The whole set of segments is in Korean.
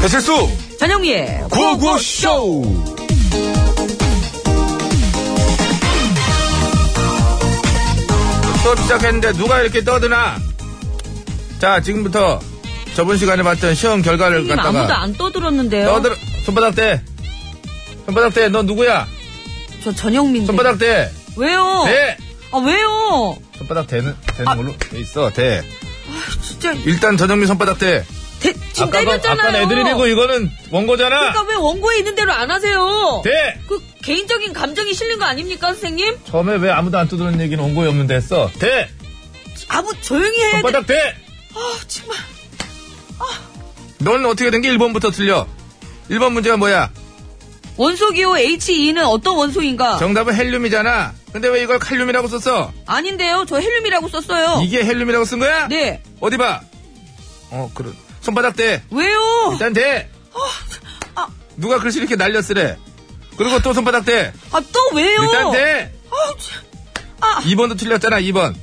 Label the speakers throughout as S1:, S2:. S1: 배칠수
S2: 전영미의
S1: 음, 구호구호쇼 수업 시작했는데 누가 이렇게 떠드나 자 지금부터 저번 시간에 봤던 시험 결과를
S2: 선생님 음, 아무도
S1: 갖다가
S2: 안 떠들었는데요.
S1: 떠들어 손바닥 대 손바닥 대너 누구야
S2: 저 전영민데.
S1: 손바닥 네. 대
S2: 왜요?
S1: 대!
S2: 아 왜요?
S1: 손바닥 대는
S2: 아.
S1: 되는 걸로 돼 있어 대
S2: 진짜
S1: 일단 전영민 손바닥 대
S2: 대, 지금
S1: 아까 거-
S2: 때렸잖아요.
S1: 아까 애드립이고 이거는 원고잖아
S2: 그러니까 왜 원고에 있는 대로 안 하세요?
S1: 대
S2: 그 개인적인 감정이 실린 거 아닙니까 선생님?
S1: 처음에 왜 아무도 안 떠드는 얘기는 원고에 없는데 했어 대
S2: 아무 조용히 해야 돼.
S1: 손바닥 대
S2: 아 정말.
S1: 넌 어떻게 된 게 1번부터 틀려. 1번 문제가 뭐야?
S2: 원소 기호 H2는 어떤 원소인가?
S1: 정답은 헬륨이잖아. 근데 왜 이걸 칼륨이라고 썼어?
S2: 아닌데요. 저 헬륨이라고 썼어요.
S1: 이게 헬륨이라고 쓴 거야?
S2: 네.
S1: 어디 봐. 어, 그래. 손바닥 대.
S2: 왜요?
S1: 일단 대.
S2: 어. 아.
S1: 누가 글씨 이렇게 날렸으래. 그리고 또 손바닥 대.
S2: 아 또 왜요?
S1: 일단 네. 대.
S2: 아, 참. 아.
S1: 2번도 틀렸잖아, 2번.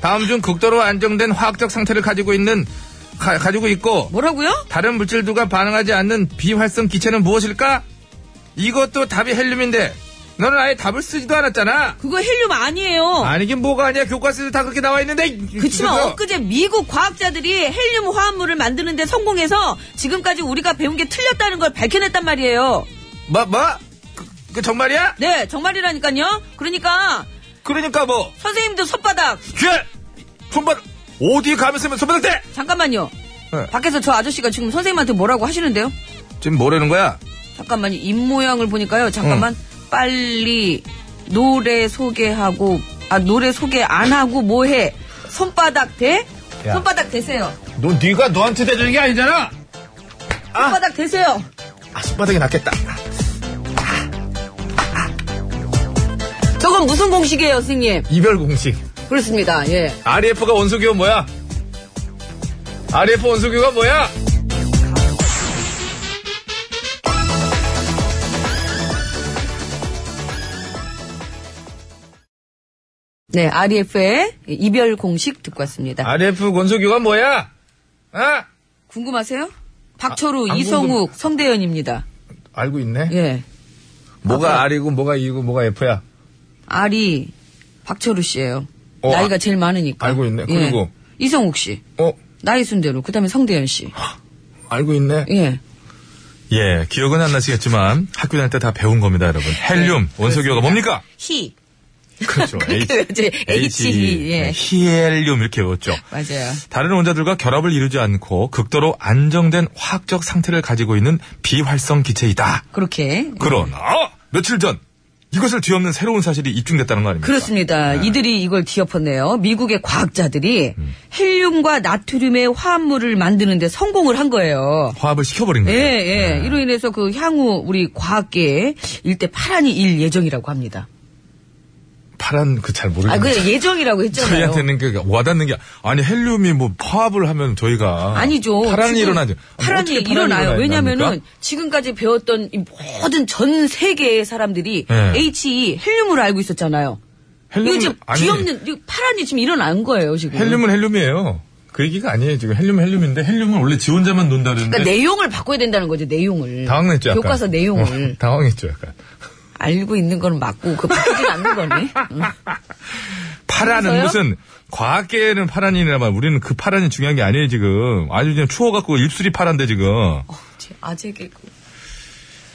S1: 다음 중 극도로 안정된 화학적 상태를 가지고 있는, 가, 가지고 있고,
S2: 뭐라고요?
S1: 다른 물질들과 반응하지 않는 비활성 기체는 무엇일까? 이것도 답이 헬륨인데, 너는 아예 답을 쓰지도 않았잖아.
S2: 그거 헬륨 아니에요.
S1: 아니긴 뭐가 아니야. 교과서에 다 그렇게 나와 있는데.
S2: 그치만
S1: 그래서
S2: 엊그제 미국 과학자들이 헬륨 화합물을 만드는데 성공해서 지금까지 우리가 배운 게 틀렸다는 걸 밝혀냈단 말이에요.
S1: 뭐 뭐? 그, 그 정말이야?
S2: 네, 정말이라니까요. 그러니까
S1: 그러니까 뭐.
S2: 선생님도 손바닥
S1: 그 손바닥 어디 가면 쓰면 손바닥 대.
S2: 잠깐만요.
S1: 네.
S2: 밖에서 저 아저씨가 지금 선생님한테 뭐라고 하시는데요?
S1: 지금 뭐라는 거야?
S2: 잠깐만요. 입 모양을 보니까요. 잠깐만 빨리 노래 소개하고 아 노래 소개 안 하고 뭐해? 손바닥 대?
S1: 야.
S2: 손바닥 대세요.
S1: 너 네가 너한테 대주는 게 아니잖아. 아.
S2: 손바닥 대세요.
S1: 아 손바닥이 낫겠다.
S2: 저건 무슨 공식이에요, 선생님?
S1: 이별 공식.
S2: 그렇습니다. 예.
S1: RF가 원소기호 뭐야? RF 원소기호가 뭐야?
S2: 네, REF의 이별 공식 듣고 왔습니다.
S1: RF 원소기호가 뭐야? 아
S2: 궁금하세요? 박철우,
S1: 아, 안
S2: 이성욱, 성대현입니다.
S1: 알고 있네.
S2: 예.
S1: 뭐가 R이고 뭐가 E고 뭐가 F야?
S2: R이 박철우 씨예요.
S1: 어,
S2: 나이가
S1: 아,
S2: 제일 많으니까.
S1: 알고 있네. 그리고?
S2: 예. 이성욱 씨.
S1: 어
S2: 나이 순대로. 그다음에 성대현 씨.
S1: 알고 있네.
S2: 예.
S3: 예, 기억은 안 나시겠지만 학교 다닐 때 다 배운 겁니다, 여러분. 헬륨 원소기호가 뭡니까?
S2: 히.
S3: 그렇죠.
S2: 이제 예. H, 히.
S1: 네.
S2: 예.
S3: 히헬륨 이렇게 외웠죠.
S2: 맞아요.
S3: 다른 원자들과 결합을 이루지 않고 극도로 안정된 화학적 상태를 가지고 있는 비활성 기체이다.
S2: 그렇게.
S3: 그러나 며칠 전 이것을 뒤엎는 새로운 사실이 입증됐다는 거 아닙니까?
S2: 그렇습니다. 이들이 이걸 뒤엎었네요. 미국의 과학자들이
S1: 음.
S2: 헬륨과 나트륨의 화합물을 만드는데 성공을 한 거예요.
S3: 화합을 시켜버린
S2: 예,
S3: 거예요. 음.
S2: 예.
S3: 네.
S2: 이로 인해서 그 향후 우리 과학계에 일대 파란이 일 예정이라고 합니다.
S3: 파란 그 잘
S2: 아,
S3: 모르겠는데
S2: 그 예정이라고 했잖아요.
S3: 저희한테는 그 와닿는 게 아니 헬륨이 뭐 파합을 하면 저희가
S2: 아니죠.
S3: 파란이
S2: 지금
S3: 일어나죠. 아니,
S2: 파란이
S3: 어떻게
S2: 일어나요.
S3: 일어나요?
S2: 왜냐면은
S3: 납니까?
S2: 지금까지 배웠던 이 모든 전 세계의 사람들이
S3: 예.
S2: HE 헬륨으로 알고 있었잖아요. 이거
S3: 헬륨은
S2: 지금
S3: 아니-
S2: 뒤엎는 이 파란이 지금 일어난 거예요, 지금.
S3: 헬륨은 헬륨이에요. 그 얘기가 아니에요. 지금 헬륨은 헬륨인데 헬륨은 원래 지 혼자만 논다는데
S2: 그러니까 내용을 바꿔야 된다는 거죠, 내용을.
S3: 네. 당황했죠. 어. 약간.
S2: 교과서
S3: 어,
S2: 내용을
S3: 당황했죠. 약간
S2: 알고 있는 건 맞고 그 바뀌진 않는 거네. 응.
S3: 파란은
S2: 그래서요?
S3: 무슨 과학계는 파란이라만 우리는 그 파란이 중요한 게 아니에요. 지금 아주 그냥 추워갖고 입술이 파란데 지금.
S2: 어, 제 아재 개그.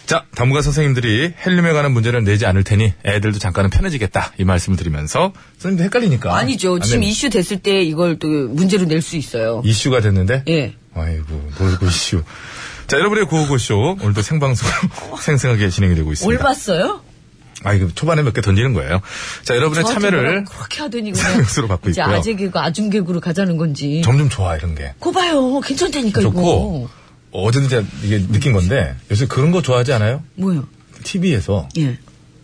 S3: 자, 당무가 선생님들이 헬륨에 관한 문제를 내지 않을 테니 애들도 잠깐은 편해지겠다 이 말씀을 드리면서 선생님도 헷갈리니까
S2: 아니죠.
S3: 안
S2: 지금
S3: 됩니다.
S2: 이슈 됐을 때 이걸 또 문제로 낼 수 있어요.
S3: 이슈가 됐는데
S2: 예.
S3: 아이고 놀고 이슈. 자, 여러분의 구호고쇼 오늘도 생방송으로 생생하게 진행이 되고 있습니다.
S2: 올봤어요?
S3: 아, 이거 초반에 몇 개 던지는 거예요. 자, 여러분의 네, 참여를
S2: 그렇게 하더니 그냥
S3: 생명수로 받고
S2: 이제
S3: 있고요.
S2: 아재 개그, 아줌 개그로 가자는 건지.
S3: 점점 좋아 이런 게
S2: 그 봐요. 괜찮다니까
S3: 좋고
S2: 그러니까 이거.
S3: 어제도 제가 이게 느낀 건데 요새 그런 거 좋아하지 않아요?
S2: 뭐요?
S3: TV에서
S2: 예.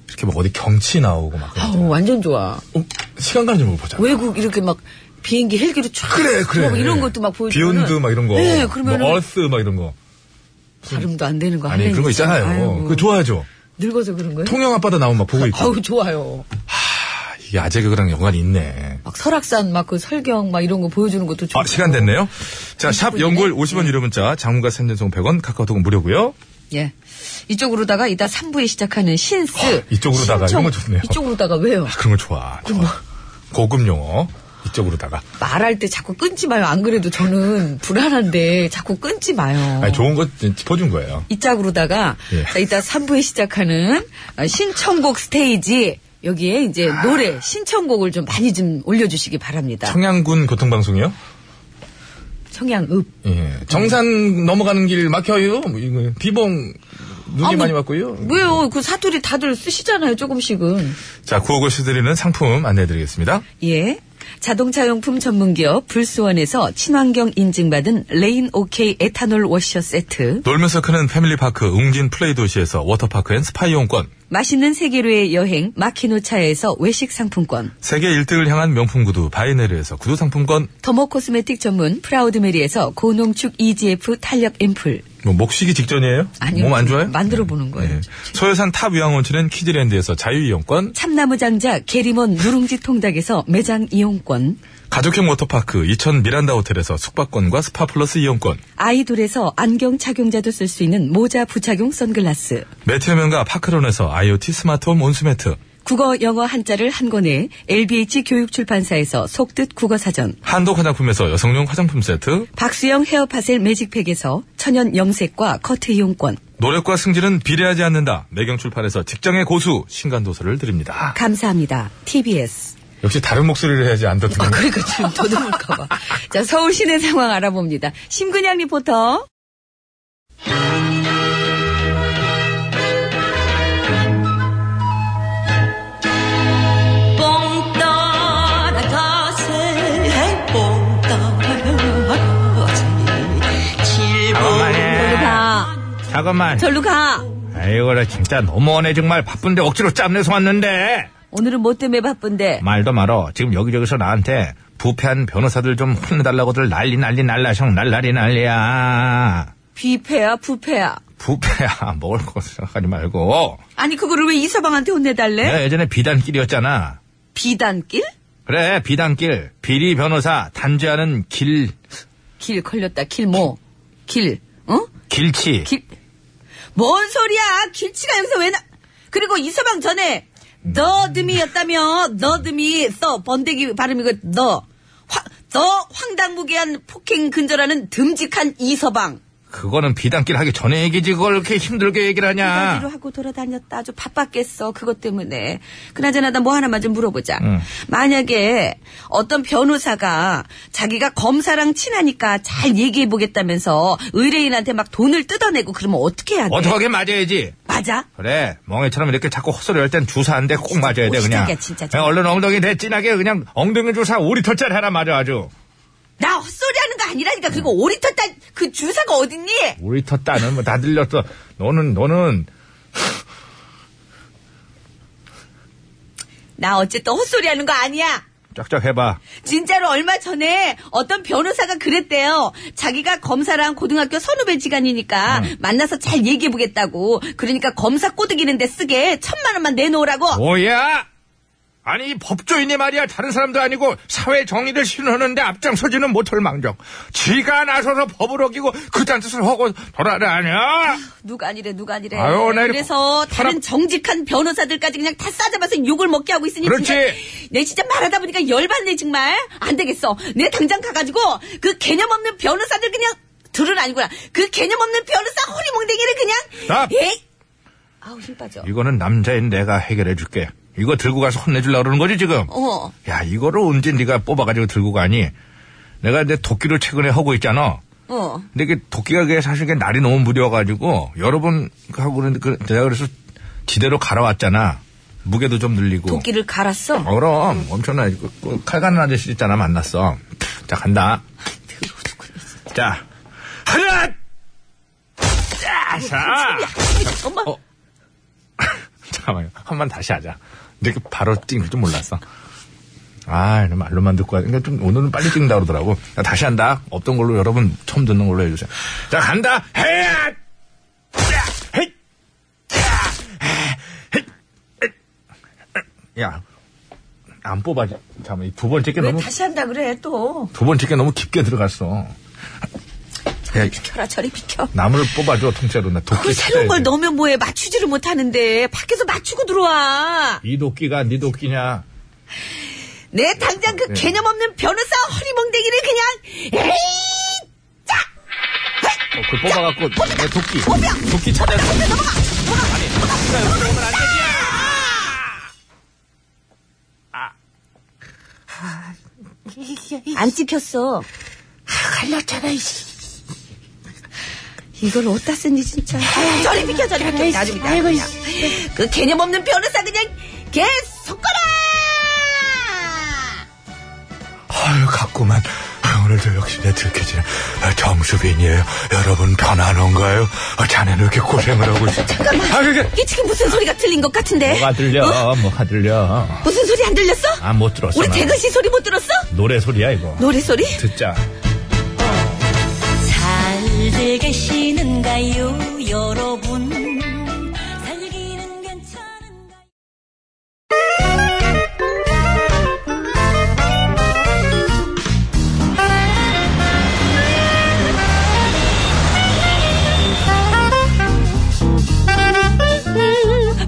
S3: 이렇게 막 어디 경치 나오고 막 그런
S2: 아우 완전 좋아.
S3: 거. 어, 시간 가는 줄못 보잖아.
S2: 외국 이렇게 막 비행기 헬기로 쫙
S3: 그래 그래.
S2: 들어가고 뭐 이런 것도 막 보여주고
S3: 비욘드 막 이런 거.
S2: 네, 그러면
S3: 뭐
S2: 은 네,
S3: 얼스 막 이런 거.
S2: 발음도 안 되는 거
S3: 아니
S2: 하려니까.
S3: 그런 거 있잖아요.
S4: 어,
S2: 아이고,
S3: 그거 좋아하죠.
S2: 늙어서 그런 거예요?
S3: 통영 아빠도 나오면 막 보고 있고.
S2: 아우 좋아요.
S3: 아,
S4: 이게 아재 개그랑 연관이 있네.
S2: 막 설악산 막 그 설경 막 이런 거 보여주는 것도 좋고.
S4: 아, 시간 됐네요. 자, 샵 연골 50원 유료 문자, 장문과 생전송 100원, 카카오톡은 무료고요
S2: 예. 이쪽으로다가 이따 3부에 시작하는 신스.
S4: 아, 이쪽으로다가, 이런 거 좋네요.
S2: 이쪽으로다가 왜요?
S4: 그런 거 좋아. 좋아.
S2: 뭐.
S4: 고급 용어. 이쪽으로다가.
S2: 말할 때 자꾸 끊지 마요. 안 그래도 저는 불안한데 자꾸 끊지 마요.
S4: 아니, 좋은 거 짚어준 거예요.
S2: 이 짝으로다가
S4: 예.
S2: 자, 이따 3부에 시작하는 어, 신청곡 스테이지 여기에 이제 노래 신청곡을 좀 많이 좀 올려주시기 바랍니다.
S4: 아. 청양군 교통방송이요?
S2: 청양읍.
S4: 예. 정산 넘어가는 길 막혀요. 뭐 이거 비봉 눈이
S2: 아,
S4: 많이
S2: 뭐,
S4: 맞고요.
S2: 왜요? 그 사투리 다들 쓰시잖아요. 조금씩은.
S4: 자, 구호고 시드리는 상품 안내해드리겠습니다.
S2: 예. 자동차 용품 전문기업 불수원에서 친환경 인증받은 레인 오케이 에탄올 워셔 세트.
S4: 놀면서 크는 패밀리파크 웅진 플레이 도시에서 워터파크 앤 스파 이용권.
S2: 맛있는 세계로의 여행 마키노차에서 외식 상품권.
S4: 세계 1등을 향한 명품 구두 바이네르에서 구두 상품권.
S2: 더모 코스메틱 전문 프라우드메리에서 고농축 EGF 탄력 앰플.
S4: 뭐 목시기 직전이에요?
S2: 아니요.
S4: 몸 안 좋아요?
S2: 만들어 보는 거예요.
S4: 네. 소요산 탑 유황온천은 키즈랜드에서 자유이용권.
S2: 참나무 장작 게리몬 누룽지 통닭에서 매장 이용권.
S4: 가족형 워터파크 이천 미란다 호텔에서 숙박권과 스파 플러스 이용권.
S2: 아이돌에서 안경 착용자도 쓸 수 있는 모자 부착용 선글라스.
S4: 매트의 명가 파크론에서 IoT 스마트홈 온수매트.
S2: 국어 영어 한자를 한 권에 LBH 교육출판사에서 속뜻 국어사전.
S4: 한독 화장품에서 여성용 화장품 세트.
S2: 박수영 헤어파셀 매직팩에서 천연 염색과 커트 이용권.
S4: 노력과 승진은 비례하지 않는다. 매경출판에서 직장의 고수 신간도서를 드립니다.
S2: 감사합니다. TBS.
S4: 역시 다른 목소리를 해야지 안 듣는
S2: 아, 그러니까 지금 더듬을까봐. 자, 서울 시내 상황 알아봅니다. 심근양 리포터. 절로 가.
S3: 잠깐만.
S2: 절로 가.
S3: 아이고라 진짜 너무하네 정말 바쁜데 억지로 짬내서 왔는데.
S2: 오늘은 뭐 때문에 바쁜데?
S3: 말도 말어. 지금 여기저기서 나한테 부패한 변호사들 좀 혼내달라고들 난리 난리 날라성 날라리 난리야.
S2: 비패야, 부패야.
S3: 부패야 먹을 거 생각하지 말고.
S2: 아니, 그거를 왜 이서방한테 혼내달래?
S3: 내가 예전에 비단길이었잖아.
S2: 비단길?
S3: 그래 비단길 비리 변호사 단죄하는 길
S2: 길 걸렸다, 길 뭐? 길, 어?
S3: 길치.
S2: 길. 뭔 소리야! 길치가 여기서 왜 나, 그리고 이서방 전에, 너듬이였다며, 너듬이, 써, 번데기 발음이고, 그 너. 화, 너 황당무계한 폭행 근절하는 듬직한 이서방.
S3: 그거는 비단길 하기 전에 얘기지 그걸 이렇게 힘들게 얘기를 하냐.
S2: 이가지로 하고 돌아다녔다. 아주 바빴겠어. 그것 때문에. 그나저나 나 뭐 하나만 좀 물어보자. 만약에 어떤 변호사가 자기가 검사랑 친하니까 잘 얘기해 보겠다면서 의뢰인한테 막 돈을 뜯어내고 그러면 어떻게 해야 돼?
S3: 어떡하게 맞아야지.
S2: 맞아?
S3: 그래 멍해처럼 이렇게 자꾸 헛소리 할 땐 주사 한 대 꼭 맞아야 돼
S2: 오시작이야,
S3: 그냥.
S2: 진짜.
S3: 그냥 얼른 엉덩이 대 진하게 그냥 엉덩이 주사 5리터짜리 하나 맞아 아주.
S2: 나 헛소리 하는 거 아니라니까. 그리고 오리터 딸그 주사가 어딨니?
S3: 5리터 따는 뭐 다 들렸어. 너는 너는
S2: 나 어쨌든 헛소리 하는 거 아니야.
S3: 쫙쫙 해봐.
S2: 진짜로 얼마 전에 어떤 변호사가 그랬대요. 자기가 검사랑 고등학교 선후배 지간이니까 만나서 잘 얘기해보겠다고. 그러니까 검사 꼬드기는데 쓰게 천만 원만 내놓으라고.
S3: 어? 뭐야? 아니 이 법조인이 말이야 다른 사람도 아니고 사회 정의를 신호하는데 앞장서지는 못할 망정 지가 나서서 법을 어기고 그딴 짓을 하고 돌아다녀
S2: 누가 아니래 누가 아니래.
S3: 아유, 나 이렇게
S2: 그래서
S3: 사람-
S2: 다른 정직한 변호사들까지 그냥 다 싸잡아서 욕을 먹게 하고 있으니
S3: 그렇지.
S2: 진짜 내 진짜 말하다 보니까 열받네 정말. 안 되겠어. 내 당장 가가지고 그 개념 없는 변호사들 그냥 들은 아니구나. 그 개념 없는 변호사 허리몽댕이를 그냥
S3: 나-
S2: 에이! 아우 힘 빠져.
S3: 이거는 남자인 내가 해결해 줄게 이거 들고 가서 혼내주려고 그러는 거지 지금
S2: 어.
S3: 야 이거를 언제 네가 뽑아가지고 들고 가니 내가 이제 도끼로 최근에 하고 있잖아
S2: 어.
S3: 근데 이게 도끼가 그게 사실 이게 날이 너무 무뎌가지고 여러 번 하고 그런데 그- 내가 그래서 지대로 갈아왔잖아 무게도 좀 늘리고
S2: 도끼를 갈았어.
S3: 어, 그럼 엄청나지 그, 그, 칼 가는 아저씨 있잖아 만났어 자 간다 자 하나
S2: 뭐
S3: 자자
S2: 엄마.
S4: 잠깐만요. 한 번 다시 하자. 이렇게 바로 찍을 줄 몰랐어. 아, 이런 말로만 듣고 하니까 좀 오늘은 빨리 찍는다 그러더라고. 자, 다시 한다. 없던 걸로 여러분 처음 듣는 걸로 해주세요. 자, 간다. 헤야! 자, 헤이! 자, 헤이! 야,
S3: 안 뽑아. 잠깐만, 이두 번째 게
S5: 왜
S3: 너무,
S5: 다시 한다 그래 또
S3: 두 번째 게 너무 깊게 들어갔어. 야,
S5: 비켜라 저리 비켜
S3: 나무를 뽑아줘, 통째로. 나 도끼.
S5: 그걸 새로운
S3: 찾아야
S5: 걸
S3: 돼.
S5: 넣으면 뭐해 맞추지를 못하는데 밖에서 맞추고 들어와
S3: 이 도끼가 네 도끼냐.
S5: 내 당장 그 개념 없는 변호사 허리멍댕이를 그냥 에이 짜
S3: 어, 그걸 뽑아갖고, 내 도끼. 도끼 찾아야 돼.
S1: 아.
S5: 안 찍혔어 아,
S2: 갈렸잖아, 이씨.
S5: 이걸 어디다 쓰니 진짜 저리 비켜 저리 비켜 나중에
S2: 아이고,
S5: 나중에 그 개념 없는 변호사 그냥 계속 거라
S1: 아유, 갔구만. 아, 오늘도 역시나 들켜지네. 아, 정수빈이에요. 여러분 편안한가요? 아, 자네는 이렇게 고생을 하고 있어. 네?
S5: 잠깐만
S1: 아, 그게.
S5: 이게 지금 무슨 소리가 들린 것 같은데
S3: 뭐가 들려, 뭐가 들려.
S5: 무슨 소리 안 들렸어?
S3: 아, 못 들었어.
S5: 우리
S3: 나.
S5: 대근 씨 소리 못 들었어?
S3: 노래 소리야, 이거.
S5: 노래 소리?
S3: 듣자.
S6: 잘들 계시는가요, 여러분? 살기는 괜찮은가요?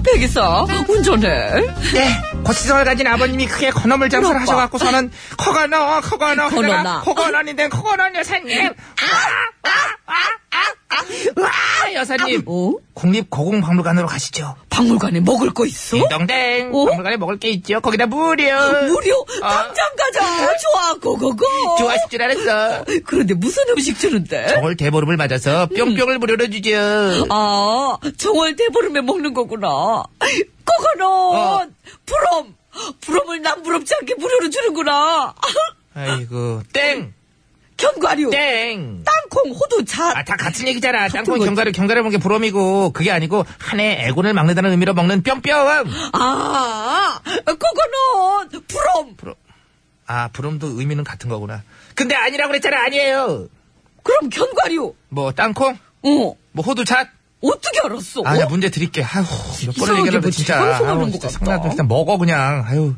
S2: 백이사, 운전해.
S5: 아,
S1: 네. 고시성을 가진 아버님이 크게 건어물 장사를 하셔갖고서는 커건어 커건어
S2: 커건어나.
S1: 커건어인데 커건어 여사님 와 여사님
S2: 어?
S1: 국립고궁박물관으로 가시죠
S2: 박물관에 먹을 거 있어?
S1: 딩동댕
S2: 어?
S1: 박물관에 먹을 게 있죠 거기다 무료
S2: 무료 당장 가자. 좋아, 고고고.
S1: 좋아하실 줄 알았어
S2: 그런데 무슨 음식 주는데?
S1: 정월 대보름을 맞아서 뿅뿅을 무료로 주죠
S2: 아, 정월 대보름에 먹는 거구나. 코코넛, 부럼, 부럼을 남부럽지 않게 무료로 주는구나.
S1: 아이고 땡
S2: 견과류,
S1: 네. 땡.
S2: 땅콩, 호두, 잣.
S1: 아, 다 같은 얘기잖아. 땅콩
S2: 거지.
S1: 경과를 경과를 먹는 게 부럼이고 그게 아니고 한 해 애군을 막는다는 의미로 먹는 뿅뿅.
S2: 아, 코코넛, 부럼.
S1: 아, 부름도 의미는 같은 거구나. 근데 아니라고 그랬잖아, 아니에요.
S2: 그럼 견과류.
S1: 뭐, 땅콩?
S2: 어,
S1: 뭐, 호두잣?
S2: 어떻게 알았어?
S1: 아, 야, 문제 드릴게. 아휴, 몇 번을
S2: 이상하게
S1: 얘기하려고
S2: 뭐
S1: 진짜.
S2: 방송하는
S1: 아유,
S2: 것
S1: 진짜
S2: 같다.
S1: 상나도 그냥 먹어, 그냥. 아유.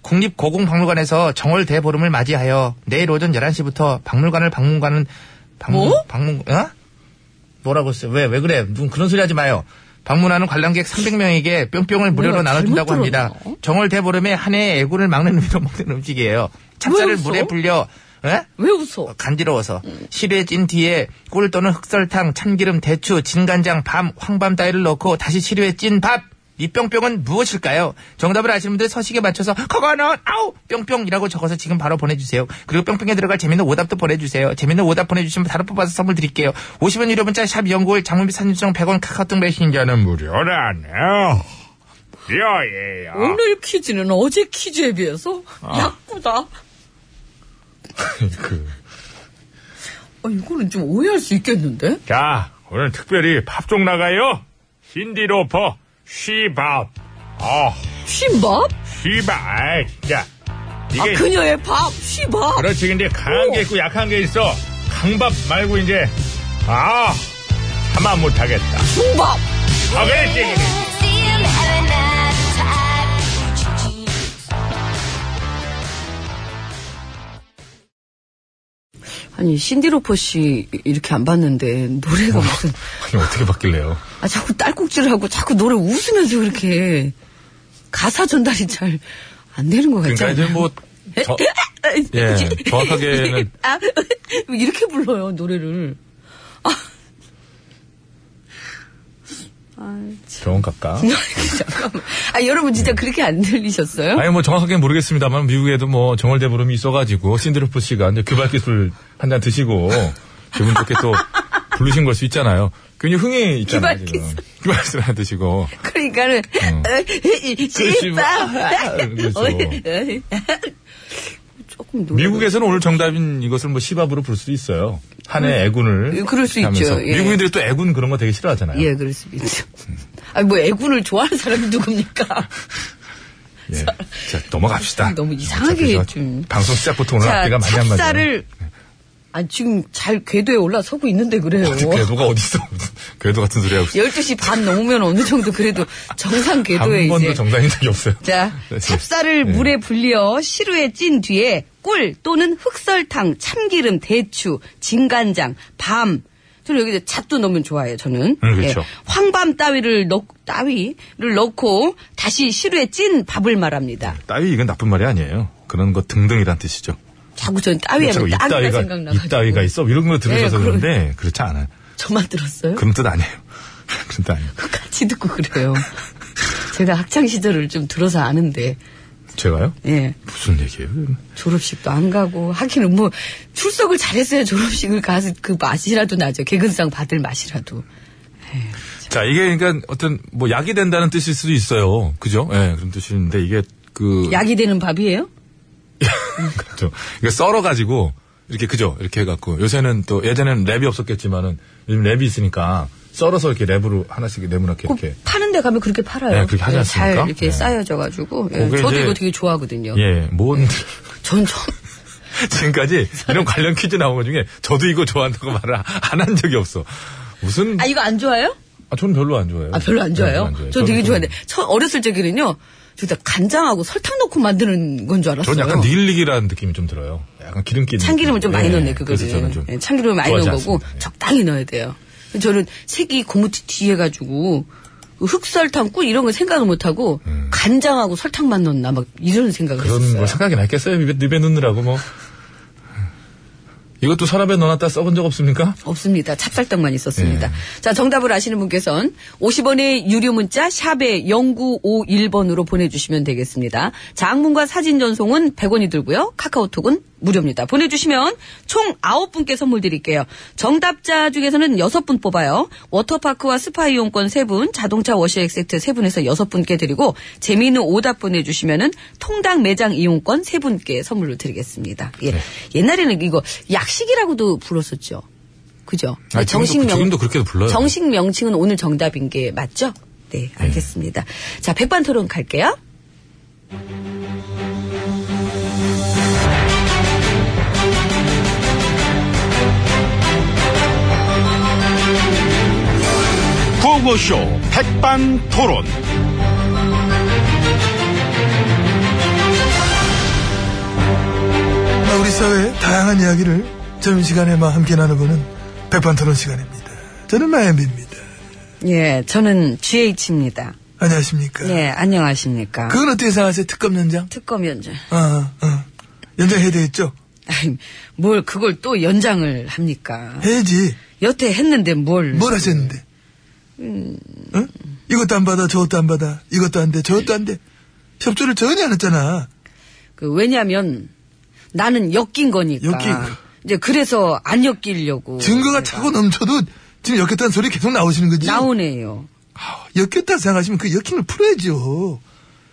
S1: 국립고궁박물관에서 정월 대보름을 맞이하여 내일 오전 11시부터 박물관을 방문관은, 방문,
S2: 뭐?
S1: 방문, 어? 뭐라고 했어요? 왜, 왜 그래? 눈 그런 소리 하지 마요. 방문하는 관람객 300명에게 뿅뿅을 무료로
S2: 내가
S1: 나눠준다고
S2: 잘못
S1: 합니다.
S2: 들었나?
S1: 정월 대보름에 한 해의 애구를 막는 의미로 먹는 음식이에요.
S2: 왜
S1: 찹쌀을
S2: 웃어?
S1: 물에 불려, 예?
S2: 왜 웃어?
S1: 간지러워서 실에 찐 뒤에 꿀 또는 흑설탕, 참기름, 대추, 진간장, 밤, 황밤 따위를 넣고 다시 시루에 찐 밥. 이 뿅뿅은 무엇일까요? 정답을 아시는 분들 서식에 맞춰서 커거는 아우 뿅뿅이라고 적어서 지금 바로 보내주세요. 그리고 뿅뿅에 들어갈 재밌는 오답도 보내주세요. 재밌는 오답 보내주시면 바로 뽑아서 선물 드릴게요. 50원 유료 문자 샵 연구일 장문비 산유정 100원 카카오톡 메신저는 무료라네요. 무료예요.
S2: 오늘 퀴즈는 어제 퀴즈에 비해서 약구다.
S3: 그,
S2: 아, 이거는 좀 오해할 수 있겠는데?
S3: 자, 오늘 특별히 팝송 나가요. 힌디로퍼, 쉬밥. 어,
S2: 쉰밥?
S3: 쉬밥. 아이, 진짜.
S2: 아,
S3: 이게,
S2: 그녀의 밥, 쉬밥.
S3: 그렇지. 근데 강한 게 있고 약한 게 있어. 강밥 말고 이제, 아, 참아 못하겠다.
S2: 중밥.
S3: 아, 그랬지. 그래.
S2: 아니, 신디로퍼 씨 이렇게 안 봤는데,
S3: 어.
S2: 노래가 무슨,
S3: 아니, 어떻게 바뀔래요?
S2: 아, 자꾸 딸꾹질을 하고 자꾸 노래 웃으면서 그렇게 가사 전달이 잘 안 되는 것
S3: 그러니까
S2: 같잖아요.
S3: 이제 뭐, 저, 예, 정확하게는-
S2: 아, 이렇게 불러요, 노래를.
S3: 병원 갈까?
S2: 음? 잠깐만. 아, 여러분 진짜 그렇게 안 들리셨어요?
S3: 아니, 뭐 정확하게는 모르겠습니다만, 미국에도 뭐 정월대보름이 있어가지고, 신드로프 씨가 이제 규발기술 한 잔 드시고, 기분 좋게 또 부르신 걸 수 있잖아요. 굉장히 흥이 있잖아요.
S2: 규발기술.
S3: 지금. 규발기술 한 잔 드시고.
S2: 그러니까는
S3: 음.
S2: 어,
S3: 그렇지, 뭐.
S2: 아, 씨밥
S3: 그렇죠.
S2: 어, 조금 노래
S3: 미국에서는 오늘 정답인 이것을 뭐 시밥으로 부를 수도 있어요. 한해 애군을.
S2: 음, 그럴 수
S3: 하면서.
S2: 있죠, 예.
S3: 미국인들이 또 애군 그런 거 되게 싫어하잖아요.
S2: 예 그럴 수 있죠. 아니 뭐 애군을 좋아하는 사람이 누굽니까?
S3: 예. 자, 넘어갑시다.
S2: 너무 이상하게
S3: 어차피 저
S2: 좀.
S3: 방송 시작부터 오늘
S2: 자
S3: 앞뒤가 많이 안 맞아요.
S2: 찹쌀을 아니 지금 잘 궤도에 올라서고 있는데 그래요.
S3: 어디 궤도가 어디 있어? 궤도 같은 소리 하고 있어요.
S2: 12시 반 넘으면 어느 정도 그래도 정상 궤도에
S3: 한 번도
S2: 이제.
S3: 정상인 적이 없어요.
S2: 자,
S3: 네, 지금.
S2: 찹쌀을
S3: 네.
S2: 물에 불려 시루에 찐 뒤에 꿀 또는 흑설탕, 참기름, 대추, 진간장, 밤. 저는 여기서 잣도 넣으면 좋아해요, 저는. 예.
S3: 음, 그렇죠.
S2: 황밤 따위를 넣, 따위를 넣고 다시 시루에 찐 밥을 말합니다.
S3: 따위 이건 나쁜 말이 아니에요. 그런 거 등등이란 뜻이죠.
S2: 자꾸 전 네, 뭐 따위
S3: 네, 자꾸
S2: 하면
S3: 이
S2: 따위가
S3: 따위가 이
S2: 생각나가지고.
S3: 따위가 있어 뭐 이런 거 들으셔서
S2: 네, 그럼-
S3: 그런데 그렇지 않아요.
S2: 저만 들었어요?
S3: 그런 뜻 아니에요. 그런 뜻 아니에요.
S2: 같이 듣고 그래요. 제가 학창 시절을 좀 들어서 아는데,
S3: 제가요?
S2: 예.
S3: 무슨 얘기예요? 그러면?
S2: 졸업식도 안 가고 하기는 뭐 출석을 잘했어야 졸업식을 가서 그 맛이라도 나죠 개근상 받을 맛이라도
S3: 자, 이게 그러니까 어떤 뭐 약이 된다는 뜻일 수도 있어요. 그죠? 예, 그런 뜻인데 이게 그
S2: 약이 되는 밥이에요? 그
S3: 그렇죠. 이게 썰어가지고 이렇게 그죠? 이렇게 해갖고 요새는 또 예전에는 랩이 없었겠지만은 요즘 랩이 있으니까 썰어서 이렇게 랩으로 하나씩 네모나게
S2: 그
S3: 이렇게
S2: 파는데 가면 그렇게 팔아요.
S3: 네, 그렇게 하지
S2: 예,
S3: 않습니까?
S2: 잘 이렇게
S3: 네.
S2: 쌓여져가지고 예,
S3: 그게
S2: 저도
S3: 이제-
S2: 이거 되게 좋아하거든요.
S3: 예, 뭔
S2: 네. 전 전.
S3: 지금까지 이런 관련 퀴즈 나온 것 중에 저도 이거 좋아한다고 말을 안 한 적이 없어. 무슨
S2: 아 이거 안 좋아요?
S3: 아, 저는 별로 네, 안 좋아해요.
S2: 아 별로 안 좋아요. 저 되게
S3: 저는
S2: 좋아하는데 저 어렸을 적에는요. 진짜 간장하고 설탕 넣고 만드는 건 줄 알았어요.
S3: 저는 약간 닐릭이라는 느낌이 좀 들어요. 약간 기름기.
S2: 참기름을 좀 많이
S3: 예,
S2: 넣네 그거는.
S3: 그래서 저는 좀
S2: 예, 참기름을 많이 넣은
S3: 좋아하지
S2: 거고
S3: 않습니다. 예.
S2: 적당히 넣어야 돼요. 저는 색이 고무치 뒤에 가지고 그 흑설탕 꿀 이런 걸 생각을 못 하고 간장하고 설탕만 넣나 막 이런 생각을
S3: 음. 그런
S2: 했어요.
S3: 걸 생각이 났겠어요? 입에, 입에 넣느라고 뭐. 이것도 서랍에 넣어놨다 써본 적 없습니까?
S2: 없습니다. 찹쌀떡만 있었습니다. 자, 정답을 아시는 분께서는 50원의 유료 문자 샵에 0951번으로 보내주시면 되겠습니다. 장문과 사진 전송은 100원이 들고요. 카카오톡은 무료입니다. 보내주시면 총 9분께 선물 드릴게요. 정답자 중에서는 6분 뽑아요. 워터파크와 스파 이용권 3분, 자동차 워시액 세트 3분에서 6분께 드리고 재미있는 오답 보내주시면 통당 매장 이용권 3분께 선물로 드리겠습니다. 예. 옛날에는 이거 약식이라고도 불렀었죠. 그죠?
S3: 아니, 지금도
S2: 정식
S3: 그-
S2: 명
S3: 지금도 그렇게도 불러요.
S2: 정식 명칭은 오늘 정답인 게 맞죠? 네, 알겠습니다. 자, 백반 토론 갈게요.
S7: 구호쇼 백반 토론.
S8: 우리 사회의 다양한 이야기를 점심시간에만 함께 나누고는 백반토론 시간입니다. 저는 마엠비입니다.
S2: 예, 저는 GH입니다.
S8: 안녕하십니까?
S2: 예, 안녕하십니까?
S8: 그건 어떻게 생각하세요? 특검 연장?
S2: 특검 연장.
S8: 어, 어. 연장해야 되겠죠?
S2: 아니, 뭘 그걸 또 연장을 합니까?
S8: 해야지.
S2: 여태 했는데 뭘.
S8: 뭘 하셨는데? 어? 이것도 안 받아, 저것도 안 받아, 이것도 안 돼, 저것도 안 돼. 협조를 전혀 안 했잖아.
S2: 그, 왜냐면 나는 엮인 거니까.
S8: 엮인 거.
S2: 이제 그래서 안 엮이려고. 제가
S8: 증거가 차고 넘쳐도 지금 엮였다는 소리 계속 나오시는 거지?
S2: 나오네요.
S8: 엮였다 생각하시면 그 엮임을 풀어야죠.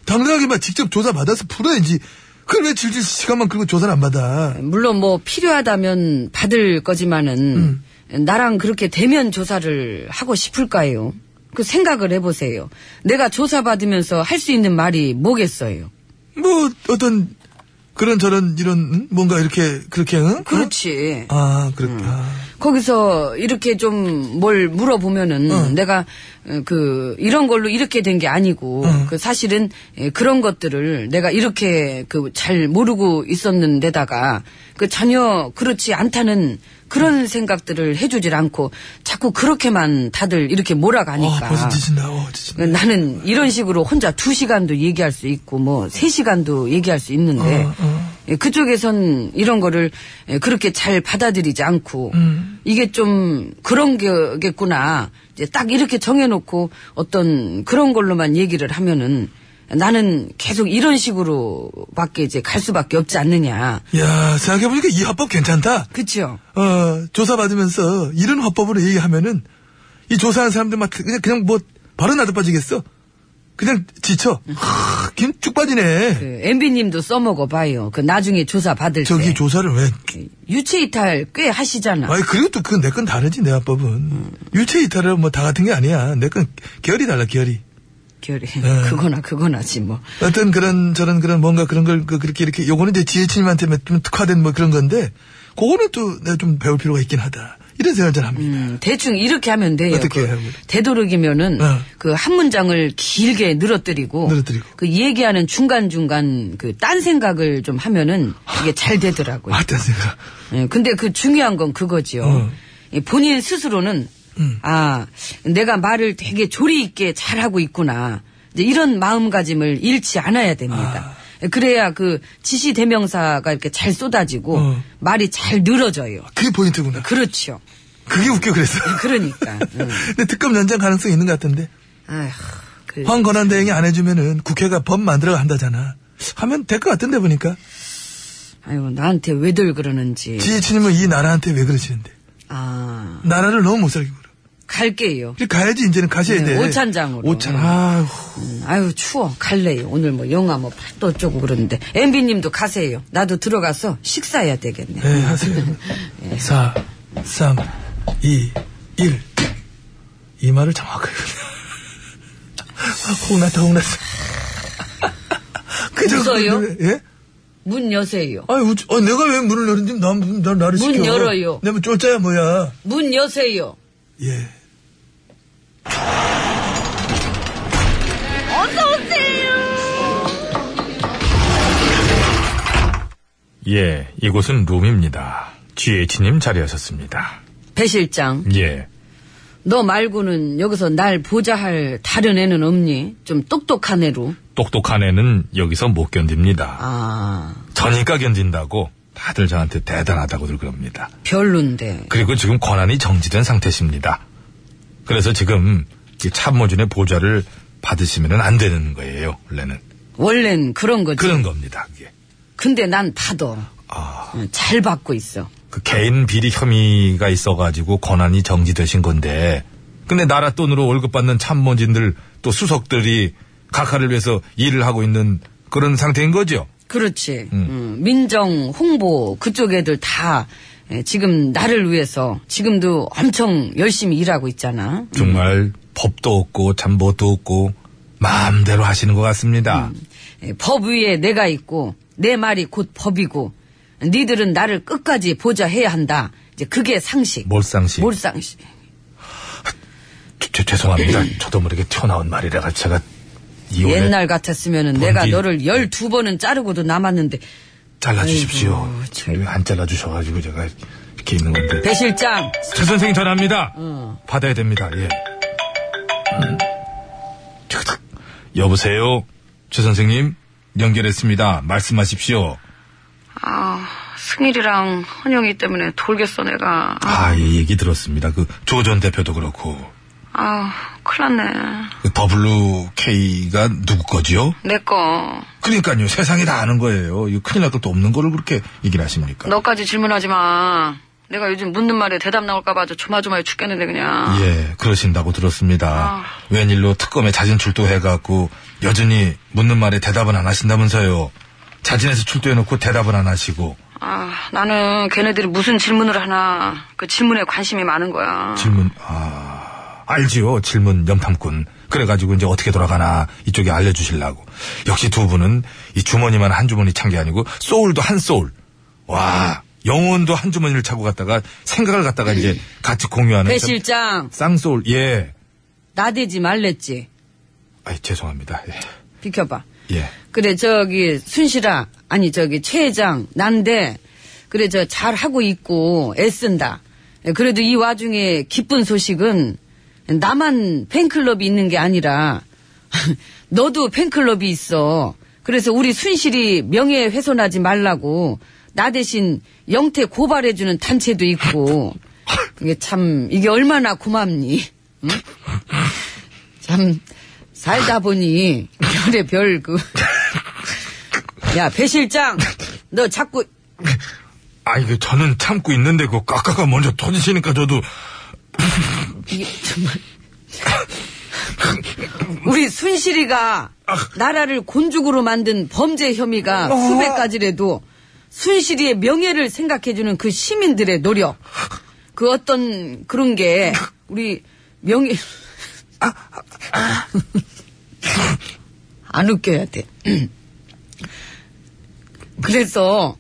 S8: 당당하게만 직접 조사받아서 풀어야지. 그걸 왜 질질 시간만 끌고 조사를 안 받아?
S2: 물론 뭐 필요하다면 받을 거지만은 나랑 그렇게 대면 조사를 하고 싶을까요? 그 생각을 해보세요. 내가 조사받으면서 할 수 있는 말이 뭐겠어요?
S8: 뭐, 어떤, 그런 저런, 이런, 응? 뭔가 이렇게, 그렇게, 응?
S2: 그렇지.
S8: 어? 아, 그렇다.
S2: 음. 거기서 이렇게 좀 뭘 물어보면은 내가 어, 그 이런 걸로 이렇게 된 게 아니고 그 사실은 에, 그런 것들을 내가 이렇게 그 잘 모르고 있었는데다가 그 전혀 그렇지 않다는 그런 생각들을 해주질 않고 자꾸 그렇게만 다들 이렇게 몰아가니까
S8: 어, 벌써 지친다. 어, 지친다.
S2: 나는 이런 식으로 혼자 두 시간도 얘기할 수 있고 뭐 세 시간도 얘기할 수 있는데 예, 그쪽에선 이런 거를 예, 그렇게 잘 받아들이지 않고 이게 좀 그런 게겠구나 이제 딱 이렇게 정해놓고 어떤 그런 걸로만 얘기를 하면은 나는 계속 이런 식으로밖에 이제 갈 수밖에 없지 않느냐.
S8: 야, 생각해보니까 이 화법 괜찮다.
S2: 그렇죠.
S8: 어, 조사받으면서 이런 화법으로 얘기하면은, 이 조사한 사람들 막, 그냥, 그냥 뭐, 바로 나도 빠지겠어. 그냥 지쳐.
S2: 음.
S8: 하, 김쭉 빠지네.
S2: 그 MB님도 써먹어 봐요. 그 나중에 조사 받을
S8: 저기
S2: 때
S8: 조사를 왜
S2: 유체 이탈 꽤 하시잖아.
S8: 아니 그리고 또 그건 내 건 다르지 내 화법은 유체 이탈은 뭐 다 같은 게 아니야 내 건 결이 달라 결이
S2: 결이 그거나 그거나지 뭐.
S8: 어떤 그런 저런 그런 뭔가 그런 걸그 그렇게 이렇게 요거는 이제 지혜진님한테 좀 특화된 뭐 그런 건데 그거는 또 내가 좀 배울 필요가 있긴 하다 이런 생각을 잘 합니다.
S2: 음, 대충 이렇게 하면 돼요.
S8: 어떻게
S2: 그
S8: 해야 합니까?
S2: 되도록이면은
S8: 어.
S2: 그 한 문장을 길게 늘어뜨리고,
S8: 늘어뜨리고.
S2: 그 얘기하는 중간 중간 그 딴 생각을 좀 하면은 이게 잘 되더라고요.
S8: 아, 딴 생각.
S2: 예, 근데 그 중요한 건 그거지요.
S8: 어. 음.
S2: 이 본인 스스로는 아 내가 말을 되게 조리 있게 잘 하고 있구나 이제 이런 마음가짐을 잃지 않아야 됩니다. 그래야 그 지시 대명사가 이렇게 잘 쏟아지고
S8: 어.
S2: 말이 잘 늘어져요.
S8: 그게 포인트구나.
S2: 그렇죠.
S8: 그게 웃겨 그랬어.
S2: 그러니까. 음.
S8: 근데 특검 연장 가능성이 있는 것 같은데.
S2: 아휴, 그
S8: 황건안 대행이 안 해주면은 국회가 법 만들어 한다잖아. 하면 될 것 같은데 보니까.
S2: 아유 나한테 왜들 그러는지.
S8: 지혜진님은 이 나라한테 왜 그러시는데.
S2: 아
S8: 나라를 너무 못 살게 굴어.
S2: 갈게요.
S8: 이제 가야지 이제는 가셔야
S2: 네,
S8: 돼.
S2: 오찬장으로.
S8: 오찬.
S2: 음.
S8: 아유.
S2: 음, 아유 추워 갈래요. 오늘 뭐 영화 뭐 팔도 어쩌고 그러는데 MB님도 가세요. 나도 들어가서 식사해야 되겠네.
S8: 네, 하세요.
S2: 네.
S8: 4, 3, 2, 1. 이 말을 정확하게. 홍났다, 홍났어. 그저
S2: 웃어요?
S8: 그, 예?
S2: 문 여세요.
S8: 아니, 웃- 어, 내가 왜 문을 열는지 남, 나, 나를
S2: 문
S8: 시켜.
S2: 열어요.
S8: 내가 뭐 쫄자야 뭐야.
S2: 문 여세요.
S8: 예.
S3: 예, 이곳은 룸입니다. GH님 자리하셨습니다.
S2: 배 실장,
S3: 예.
S2: 너 말고는 여기서 날 보자 할 다른 애는 없니? 좀 똑똑한 애로.
S3: 똑똑한 애는 여기서 못 견딥니다.
S2: 아,
S3: 저니까 견딘다고 다들 저한테 대단하다고들 그럽니다.
S2: 별론데.
S3: 그리고 지금 권한이 정지된 상태십니다. 그래서 지금 이 참모진의 보좌를 받으시면 안 되는 거예요, 원래는.
S2: 원래는 그런 거지.
S3: 그런 겁니다, 그게.
S2: 근데 난 받아.
S3: 아,
S2: 응, 잘 받고 있어.
S3: 그 개인 비리 혐의가 있어가지고 권한이 정지되신 건데, 근데 나라 돈으로 월급 받는 참모진들 또 수석들이 각하를 위해서 일을 하고 있는 그런 상태인 거죠?
S2: 그렇지. 음, 민정, 홍보 그쪽 애들 다 예, 지금 나를 위해서 지금도 엄청 열심히 일하고 있잖아.
S3: 정말
S2: 음.
S3: 법도 없고 잠보도 없고 마음대로 하시는 것 같습니다.
S2: 예, 법 위에 내가 있고 내 말이 곧 법이고 니들은 나를 끝까지 보자 해야 한다. 이제 그게 상식.
S3: 몰상식.
S2: 몰상식.
S3: 죄- 죄- 죄송합니다. 저도 모르게 튀어나온 말이라 제가 이혼에
S2: 옛날 같았으면 은 내가
S3: 본질.
S2: 너를 12번은 자르고도 남았는데
S3: 잘라주십시오.
S2: 아이고, 음, 참.
S3: 안 잘라주셔가지고 제가 이렇게 있는 건데.
S2: 배 실장
S3: 최 선생님 전화합니다. 받아야 됩니다. 예. 음. 툭툭. 여보세요. 최 선생님 연결했습니다. 말씀하십시오.
S2: 아 승일이랑 헌영이 때문에 돌겠어 내가
S3: 아, 예, 얘기 들었습니다. 그 조 전 대표도 그렇고
S2: 아 큰일 났네
S3: 그 WK가 누구 거지요?
S2: 내꺼
S3: 그러니까요. 세상이 다 아는 거예요. 이거 큰일 날 것도 없는 거를 그렇게 얘기를 하십니까?
S2: 너까지 질문하지 마. 내가 요즘 묻는 말에 대답 나올까봐 아주 조마조마해 죽겠는데 그냥.
S3: 예, 그러신다고 들었습니다.
S2: 아.
S3: 웬일로 특검에 자진 출두해갖고 여전히 묻는 말에 대답은 안 하신다면서요. 자진해서 출두해놓고 대답은 안 하시고
S2: 아, 나는 걔네들이 무슨 질문을 하나 그 질문에 관심이 많은 거야.
S3: 질문 아 알지요 질문 염탐꾼 그래가지고 이제 어떻게 돌아가나 이쪽에 알려주실라고 역시 두 분은 이 주머니만 한 주머니 찬 게 아니고 소울도 한 소울 와 영혼도 한 주머니를 차고 갔다가 생각을 갖다가 이제 같이 공유하는
S2: 배
S3: 참
S2: 네, 실장
S3: 쌍소울 예
S2: 나대지 말랬지.
S3: 아이 죄송합니다 예,
S2: 비켜봐.
S3: 예.
S2: 그래 저기 순실아 아니 저기 최 회장 난데 그래 저 잘하고 있고 애쓴다 예, 그래도 이 와중에 기쁜 소식은 나만 팬클럽이 있는 게 아니라 너도 팬클럽이 있어 그래서 우리 순실이 명예훼손하지 말라고 나 대신 영태 고발해주는 단체도 있고 이게 참 이게 얼마나 고맙니 응? 참 살다 보니 별의 별그 야, 배 실장, 너 자꾸,
S3: 아니 그 저는 참고 있는데 그 까까가 먼저 터지시니까 저도
S2: 이게 정말. 우리 순실이가 나라를 곤죽으로 만든 범죄 혐의가 수백 가지래도 순실이의 명예를 생각해주는 그 시민들의 노력. 그 어떤 그런 게 우리 명예. 안 웃겨야 돼. 그래서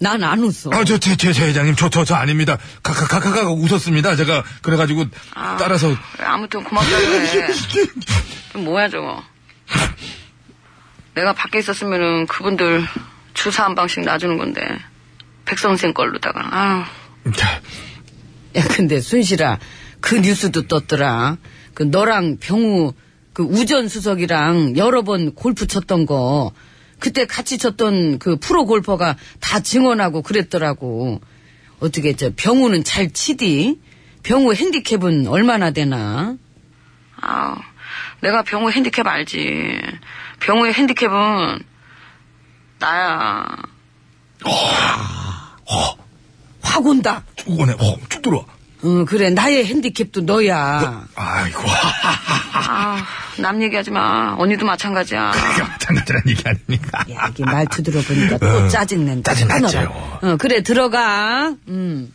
S2: 난 안 웃어.
S8: 아, 저, 제, 제, 제 회장님, 저, 저, 저 아닙니다. 가, 가, 가, 가, 가, 웃었습니다. 제가, 그래가지고,
S2: 아.
S8: 따라서.
S9: 그래, 아, 아무튼 고맙다 그래. 좀 뭐야 저거. 내가 밖에 있었으면은 그분들 주사 한 방씩 놔주는 건데 백 선생 걸로다가 아유.
S8: 자,
S2: 야, 근데 순실아, 그 뉴스도 떴더라. 그 너랑 병우, 그 우전 수석이랑 여러 번 골프 쳤던 거. 그때 같이 쳤던 그 프로 골퍼가 다 증언하고 그랬더라고. 어떻게 저 병우는 잘 치디? 병우 핸디캡은 얼마나 되나?
S9: 아우, 내가 병우 핸디캡 알지. 병우의 핸디캡은 나야.
S2: 어, 확 온다.
S8: 쭉 오네. 어, 쭉 들어와.
S2: 응, 그래. 나의 핸디캡도 너야.
S8: 아이고.
S9: 아, 남 얘기하지 마. 언니도 마찬가지야.
S8: 장난치란 얘기 아닙니까?
S2: 야, 이게 말투 들어보니까 또 짜증낸다.
S8: 짜증났죠.
S2: 끊어라. 어, 그래, 들어가. 음.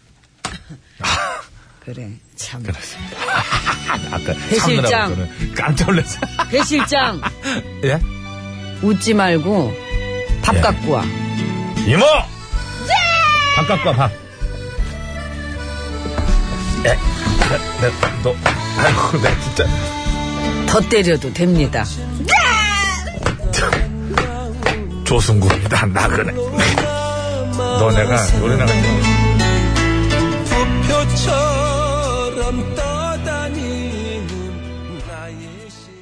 S2: 그래, 참.
S3: 그렇습니다. 아까
S2: 배 네, 실장.
S3: 참느라고 저는 깜짝 놀랐어요.
S2: 배 실장,
S3: 예?
S2: 웃지 말고 밥 갖고 와.
S3: 이모! 밥 갖고 와, 밥. 예. 나, 나, 너, 아이고, 나 진짜.
S2: 더 때려도 됩니다.
S3: 조승구입니다. 나그네. 너네가 노래 나가
S10: 부표처럼 떠다니는 나의 신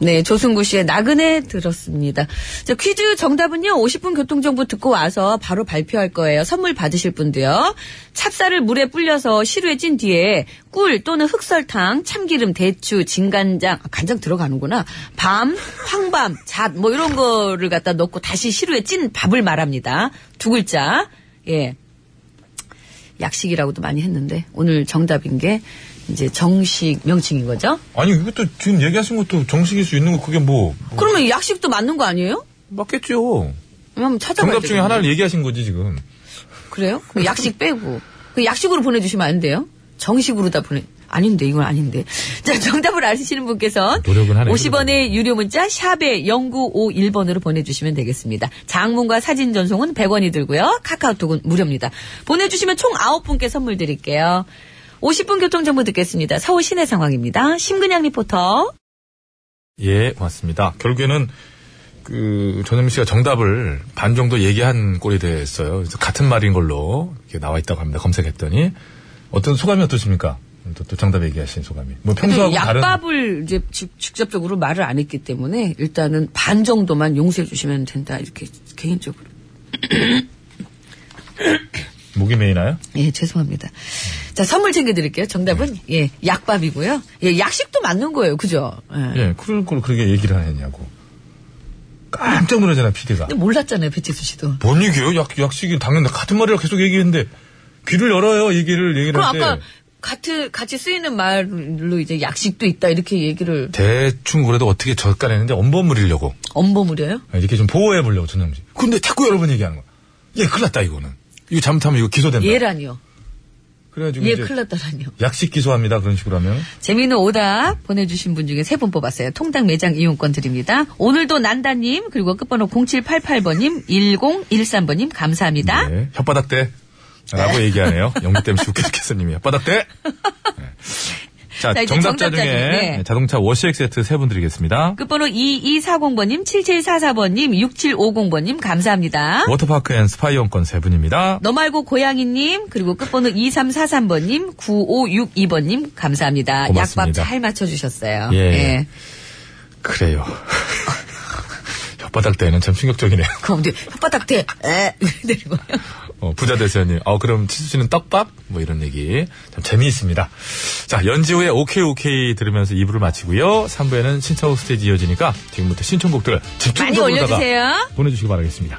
S2: 네, 조승구 씨의 나그네 들었습니다. 자, 퀴즈 정답은요, 50분 교통정보 듣고 와서 바로 발표할 거예요. 선물 받으실 분도요. 찹쌀을 물에 불려서 시루에 찐 뒤에 꿀 또는 흑설탕, 참기름, 대추, 진간장, 아, 간장 들어가는구나. 밤, 황밤, 잣, 뭐 이런 거를 갖다 넣고 다시 시루에 찐 밥을 말합니다. 두 글자. 예. 약식이라고도 많이 했는데, 오늘 정답인 게, 이제 정식 명칭인 거죠?
S3: 아니, 이것도 지금 얘기하신 것도 정식일 수 있는 거 그게 뭐,
S2: 그러면 약식도 맞는 거 아니에요?
S3: 맞겠죠.
S2: 한번 찾아봐야
S3: 정답 중에
S2: 되겠네.
S3: 하나를 얘기하신 거지, 지금.
S2: 그래요? 그럼 약식 빼고. 그 약식으로 보내주시면 안 돼요? 정식으로 다 보내. 아닌데, 이건 아닌데. 자, 정답을 아시는 분께서
S3: 노력은 하네.
S2: 50원의 유료 문자 샵에 0951번으로 보내주시면 되겠습니다. 장문과 사진 전송은 100원이 들고요. 카카오톡은 무료입니다. 보내주시면 총 9분께 선물 드릴게요. 50분 교통정보 듣겠습니다. 서울 시내 상황입니다. 심근양 리포터.
S3: 예, 맞습니다. 결국에는 그 전현미 씨가 정답을 반 정도 얘기한 꼴이 됐어요. 그래서 같은 말인 걸로 이렇게 나와 있다고 합니다. 검색했더니 어떤 소감이 어떠십니까? 또, 또 정답 얘기하신 소감이. 뭐 평소하고 다른
S2: 그 약밥을 이제 직- 직접적으로 말을 안 했기 때문에 일단은 반 정도만 용서해 주시면 된다. 이렇게 개인적으로.
S3: 목이 메이나요?
S2: 예, 죄송합니다. 자, 선물 챙겨드릴게요. 정답은, 예, 약밥이고요. 예, 약식도 맞는 거예요. 그죠? 예.
S3: 예, 그럴 걸 그렇게 얘기를 하느냐고. 깜짝 놀라잖아, PD가.
S2: 근데 몰랐잖아요, 배치수 씨도.
S3: 뭔 얘기예요? 약, 약식이 당연히 같은 말을 계속 얘기했는데 귀를 열어요, 얘기를, 얘기를
S2: 그럼
S3: 할 때.
S2: 아까, 같은, 같이 쓰이는 말로 이제 약식도 있다, 이렇게 얘기를
S3: 대충 그래도 어떻게 젓갈했는데 엄버무리려고.
S2: 엄버무려요?
S3: 아, 이렇게 좀 보호해 보려고 전염지. 근데 자꾸 여러 번 얘기하는 거야. 얘 큰일 났다 이거는. 이거 잘못하면 이거 기소된다.
S2: 예란이요.
S3: 그래가지고
S2: 예,
S3: 이제
S2: 큰일 났다라니요.
S3: 약식 기소합니다 그런 식으로 하면.
S2: 재미있는 오답 보내주신 분 중에 세 분 뽑았어요. 통당 매장 이용권 드립니다. 오늘도 난다님, 그리고 끝번호 0788번님, 1013번님, 감사합니다.
S3: 네, 혓바닥 대. 라고 얘기하네요. 영미 때문에 죽겠 죽겠어님이 혓바닥 대. 네. 자,
S2: 자, 이제
S3: 정답자,
S2: 정답자
S3: 중에
S2: 중에, 네.
S3: 자동차 워시액 세트 세 분 드리겠습니다.
S2: 끝번호 2240번님, 7744번님, 6750번님, 감사합니다.
S3: 워터파크 앤 스파이용권 세 분입니다.
S2: 너 말고 고양이님, 그리고 끝번호 2343번님, 9562번님, 감사합니다.
S3: 고맙습니다.
S2: 약밥 잘 맞춰주셨어요.
S3: 예. 그래요. 혓바닥 대는 참 충격적이네요.
S2: 그럼 이제 혓바닥 대, 에, 내리고.
S3: 어, 부자 대세님. 어, 그럼 치수 씨는 떡밥? 뭐 이런 얘기. 참 재미있습니다. 자, 연지호의 오케이 오케이 들으면서 2부를 마치고요. 3부에는 신청곡 스테이지 이어지니까 지금부터 신청곡들을
S2: 많이
S3: 집중적으로 다가
S2: 올려주세요.
S3: 보내주시기 바라겠습니다.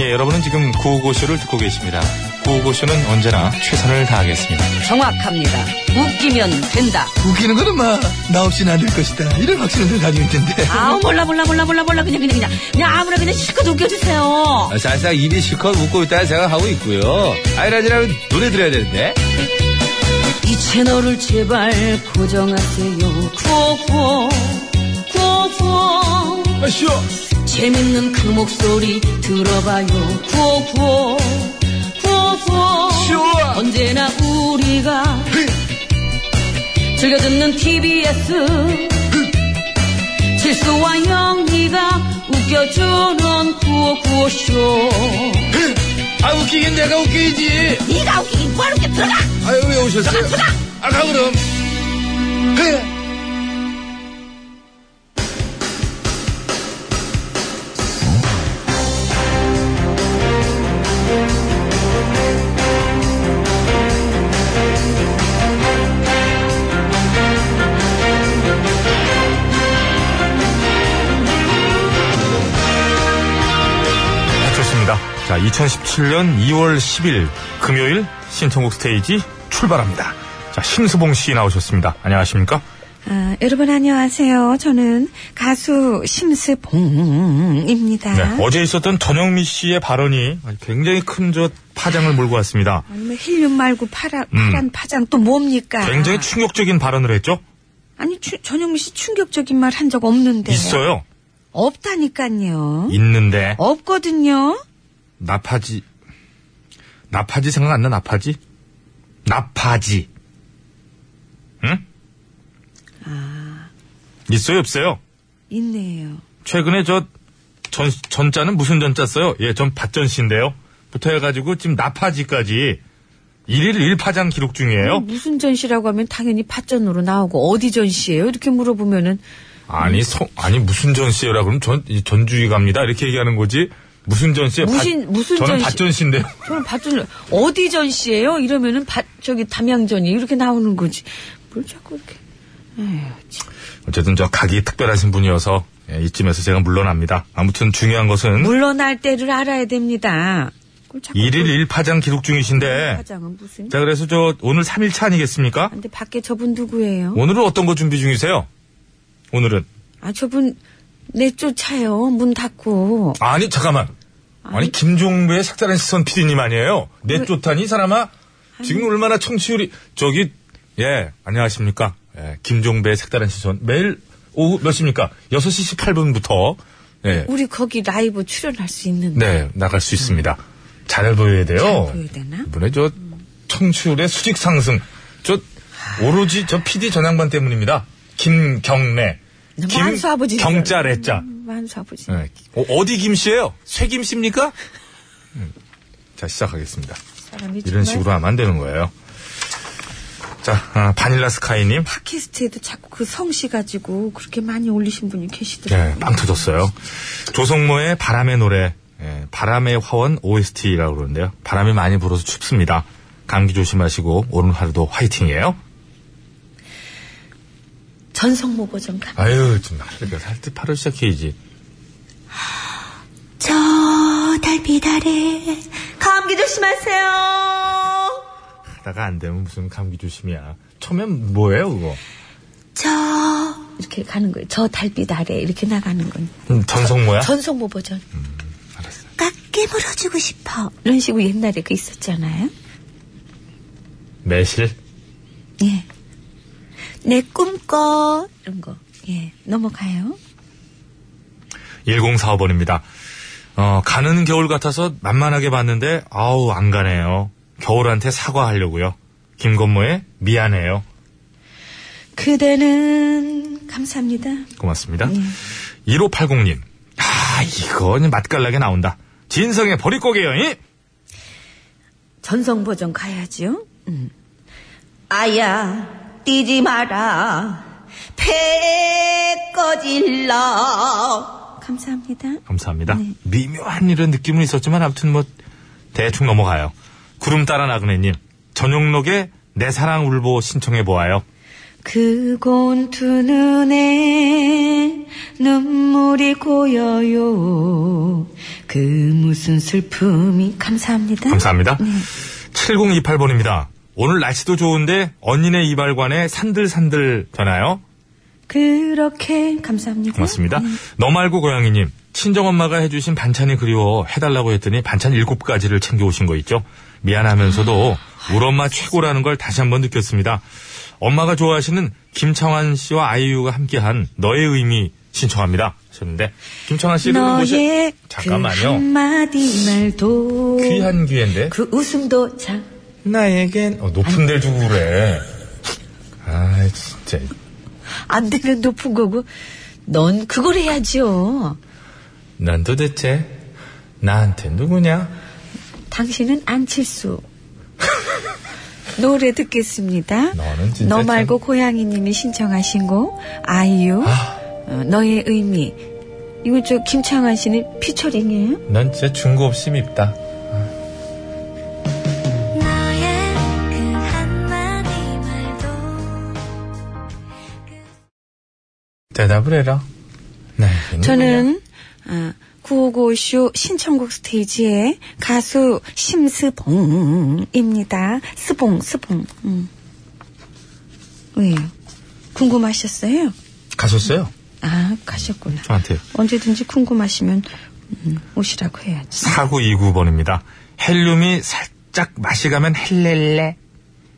S3: 예, 여러분은 지금 구호고쇼를 듣고 계십니다. 구호고쇼는 언제나 최선을 다하겠습니다.
S2: 정확합니다. 웃기면 된다.
S8: 웃기는 거는 막 나 없이는 안 될 것이다. 이런 확신을 늘 가지고 있는데.
S5: 아우 몰라 몰라 몰라 몰라 몰라 그냥 그냥 그냥 그냥 아무나 그냥 실컷 웃겨주세요.
S3: 사실상 입이 실컷 웃고 있다는 생각하고 있고요. 아이라지라면 노래 들어야 되는데.
S5: 이 채널을 제발 고정하세요. 구호구호 구호구호
S3: 아, 쉬워.
S5: 재밌는 그 목소리 들어봐요. 구호구호 구호구호 언제나 우리가 즐겨 듣는 TBS 실수와 영리가 웃겨주는 구호구호쇼
S3: 아, 웃기긴 내가 웃기지.
S5: 네가 웃기긴 뭘 웃겨 들어가
S3: 아유, 왜 오셨어요? 아, 가, 그럼. 좋습니다. 자, 2017년 2월 10일 금요일 신청곡 스테이지 출발합니다. 자, 심수봉 씨 나오셨습니다. 안녕하십니까?
S5: 아, 여러분 안녕하세요. 저는 가수 심스봉입니다.
S3: 네, 어제 있었던 전영미 씨의 발언이 굉장히 큰 저 파장을 몰고 왔습니다.
S5: 아니면 힐륨 말고 파란, 파란 파장 또 뭡니까?
S3: 음. 굉장히 충격적인 발언을 했죠?
S5: 아니 추- 전영미 씨 충격적인 말 한 적 없는데
S3: 있어요.
S5: 없다니까요.
S3: 있는데
S5: 어? 없거든요.
S3: 나파지 나파지 생각 안 나? 나파지? 나파지. 응? 있어요, 없어요?
S5: 있네요.
S3: 최근에 저 전, 전자는 무슨 전자 써요? 예, 전 밭전 씨인데요. 부터 해가지고 지금 나파지까지 일일 일파장 기록 중이에요.
S5: 무슨 전시라고 하면 당연히 팥전으로 나오고 어디 전시예요? 이렇게 물어보면은
S3: 아니, 성, 아니, 무슨 전 씨라 그럼 전, 이 전주희 갑니다. 이렇게 얘기하는 거지. 무슨 전 씨요?
S5: 무신- 무슨
S3: 저는
S5: 전 씨-
S3: 밭전 씨인데요.
S5: 저는 밭전 어디 전시예요? 이러면은 밭 저기 담양전이 이렇게 나오는 거지. 뭘 자꾸 이렇게
S3: 어쨌든 저 각이 특별하신 분이어서 예, 이쯤에서 제가 물러납니다. 아무튼 중요한 것은
S5: 물러날 때를 알아야 됩니다. 그걸 자꾸
S3: 일일 일파장 기록 중이신데.
S5: 파장은 무슨?
S3: 자, 그래서 저 오늘 3일차 아니겠습니까?
S5: 근데 밖에 저분 누구예요?
S3: 오늘은 어떤 거 준비 중이세요? 오늘은.
S5: 아 저분 내쫓아요. 문 닫고.
S3: 아니 잠깐만. 아니 김종배의 색다른 시선 PD님 아니에요? 내쫓다니 이 사람아. 지금 얼마나 청취율이 저기 예 안녕하십니까? 예, 김종배의 색다른 시선 매일 오후 몇 시입니까? 6시 18분부터 예,
S5: 우리 거기 라이브 출연할 수 있는.
S3: 네 어. 나갈 수 있습니다. 잘 보여야 돼요.
S5: 잘 보여야 되나?
S3: 이번에 저 청취율의 수직 상승 저 오로지 저 PD 전양반 때문입니다. 김경래
S5: 만수 아버지.
S3: 경자 레자
S5: 만수 아버지.
S3: 네. 어, 디 김씨예요? 쇠 김씨입니까? 음. 자 시작하겠습니다.
S5: 사람이
S3: 이런
S5: 정말
S3: 식으로 하면 안 되는 거예요. 자 아, 바닐라 스카이님
S5: 팟캐스트에도 자꾸 그 성씨 가지고 그렇게 많이 올리신 분이
S3: 예,
S5: 계시더라고요.
S3: 빵 터졌어요. 조성모의 바람의 노래 예, 바람의 화원 OST라고 그러는데요. 바람이 많이 불어서 춥습니다. 감기 조심하시고 오늘 하루도 화이팅이에요.
S5: 전성모 버전 가.
S3: 아유 정말 그러니까 살때 팔을 시작해야지.
S5: 저 달빛 아래 감기 조심하세요.
S3: 하다가 안 되면 무슨 감기 조심이야. 처음엔 뭐예요 그거?
S5: 저 이렇게 가는 거예요. 저 달빛 아래 이렇게 나가는 건
S3: 음, 전성모야?
S5: 전성모 버전.
S3: 음, 알았어요.
S5: 깎게 물어주고 싶어. 이런 식으로 옛날에 그 있었잖아요.
S3: 매실?
S5: 예. 내 꿈꿔 이런 거. 예. 넘어가요.
S3: 1045번입니다. 어, 가는 겨울 같아서 만만하게 봤는데, 아우, 안 가네요. 겨울한테 사과하려고요. 김건모의 미안해요.
S5: 그대는 감사합니다.
S3: 고맙습니다. 1580님. 아, 이건 맛깔나게 나온다. 진성의 버릿고개요, 이?
S5: 전성 버전 가야지요. 음. 아야 뛰지 마라 배 꺼질러. 감사합니다.
S3: 감사합니다. 미묘한 이런 느낌은 있었지만, 아무튼 뭐, 대충 넘어가요. 구름 따라 나그네님. 전용록의 내 사랑 울보 신청해보아요.
S5: 그 곤투 눈에 눈물이 고여요. 그 무슨 슬픔이 감사합니다.
S3: 감사합니다. 7028번입니다. 오늘 날씨도 좋은데 언니네 이발관에 산들산들 되나요?
S5: 그렇게 감사합니다.
S3: 고맙습니다. 너 말고 고양이님. 친정엄마가 해주신 반찬이 그리워 해달라고 했더니 반찬 일곱 가지를 챙겨오신 거 있죠? 미안하면서도 우리 엄마 최고라는 걸 다시 한번 느꼈습니다. 엄마가 좋아하시는 김창환 씨와 아이유가 함께한 너의 의미 신청합니다. 하셨는데 김창환 씨는 곳이
S5: 너의 그
S3: 잠깐만요.
S5: 한마디 말도
S3: 귀한 귀인데
S5: 그 웃음도 참
S3: 나에겐 어, 높은 데를 주고 그래. 아 진짜
S2: 안 되면 높은 거고, 넌 그걸 해야지요.
S3: 난 도대체 나한테 누구냐?
S2: 당신은 안칠수. 노래 듣겠습니다.
S3: 너는 진짜
S2: 너 말고 고양이님이 신청하신 곡, 아이유, 어, 너의 의미. 이거 저 김창환 씨는 피처링이에요?
S3: 난 진짜 중고 없이 밉다.
S6: 너의 그 한마디 말도 그
S3: 대답을 해라. 네.
S2: 저는 아, 9595쇼 신청곡 스테이지의 가수 심스봉입니다. 스봉, 스봉. 음. 왜요? 궁금하셨어요?
S3: 가셨어요?
S2: 아, 가셨구나.
S3: 저한테.
S2: 언제든지 궁금하시면 음, 오시라고 해야지.
S3: 4929번입니다. 헬륨이 살짝 맛이 가면 헬렐레.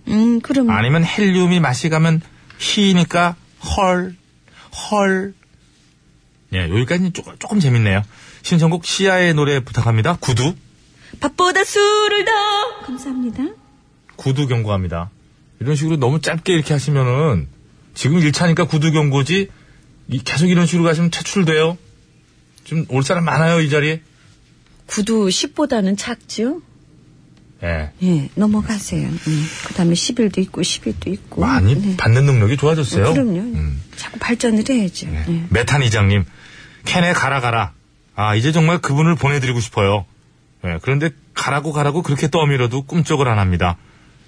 S2: 음, 그럼
S3: 아니면 헬륨이 맛이 가면 히니까 헐, 헐. 예, 여기까지는 조금, 조금 재밌네요. 신청곡 시아의 노래 부탁합니다. 구두.
S5: 밥보다 술을 더 감사합니다.
S3: 구두 경고합니다. 이런 식으로 너무 짧게 이렇게 하시면은 지금 1차니까 구두 경고지 이- 계속 이런 식으로 가시면 퇴출돼요. 지금 올 사람 많아요, 이 자리에.
S2: 구두 10보다는 작죠?
S3: 예.
S2: 예, 넘어가세요. 음, 그 다음에 11도 있고, 11도 있고.
S3: 많이
S2: 네.
S3: 받는 능력이 좋아졌어요.
S2: 그럼요.
S3: 음.
S2: 자꾸 발전을 해야죠.
S3: 네.
S2: 예.
S3: 메탄 이장님, 캔에 가라 가라. 아 이제 정말 그분을 보내드리고 싶어요. 예, 그런데 가라고 가라고 그렇게 떠밀어도 꿈쩍을 안 합니다.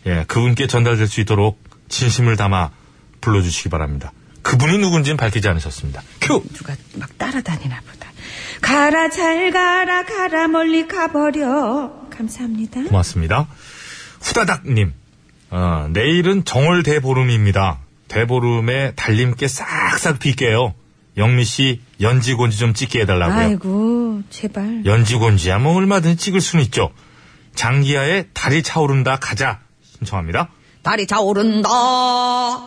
S3: 예, 그분께 전달될 수 있도록 진심을 담아 불러주시기 바랍니다. 그분이 누군지는 밝히지 않으셨습니다. 큐.
S2: 누가 막 따라다니나 보다.
S5: 가라 잘 가라 가라 멀리 가버려. 감사합니다.
S3: 고맙습니다. 후다닥님, 어, 내일은 정월 대보름입니다. 대보름에 달님께 싹싹 빌게요. 영미 씨 연지곤지 좀 찍게 해달라고요.
S2: 아이고, 예. 제발.
S3: 연지곤지야 뭐 얼마든지 찍을 수는 있죠. 장기하의 달이 차오른다 가자 신청합니다.
S2: 다리 차오른다.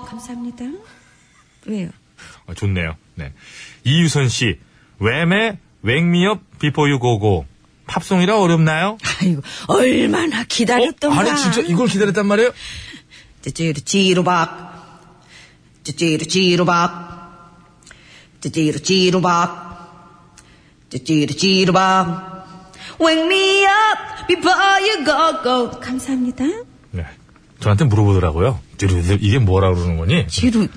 S5: 감사합니다.
S2: 왜요?
S3: 어, 좋네요. 네. 이유선 씨, 웸의 웽미업 비포 유고고 팝송이라 어렵나요? 어?
S2: 아이고, 얼마나 기다렸던가.
S3: 아니 진짜 이걸 기다렸단 말이에요?
S2: 찌찌르 찌루박. 찌찌르 찌루박. 찌찌르 찌루박. 찌찌르 찌루박.
S5: Wake me up before you go go. 감사합니다.
S3: 네. 저한테 물어보더라고요. 찌르르, 이게 뭐라 그러는 거니?
S2: 지루,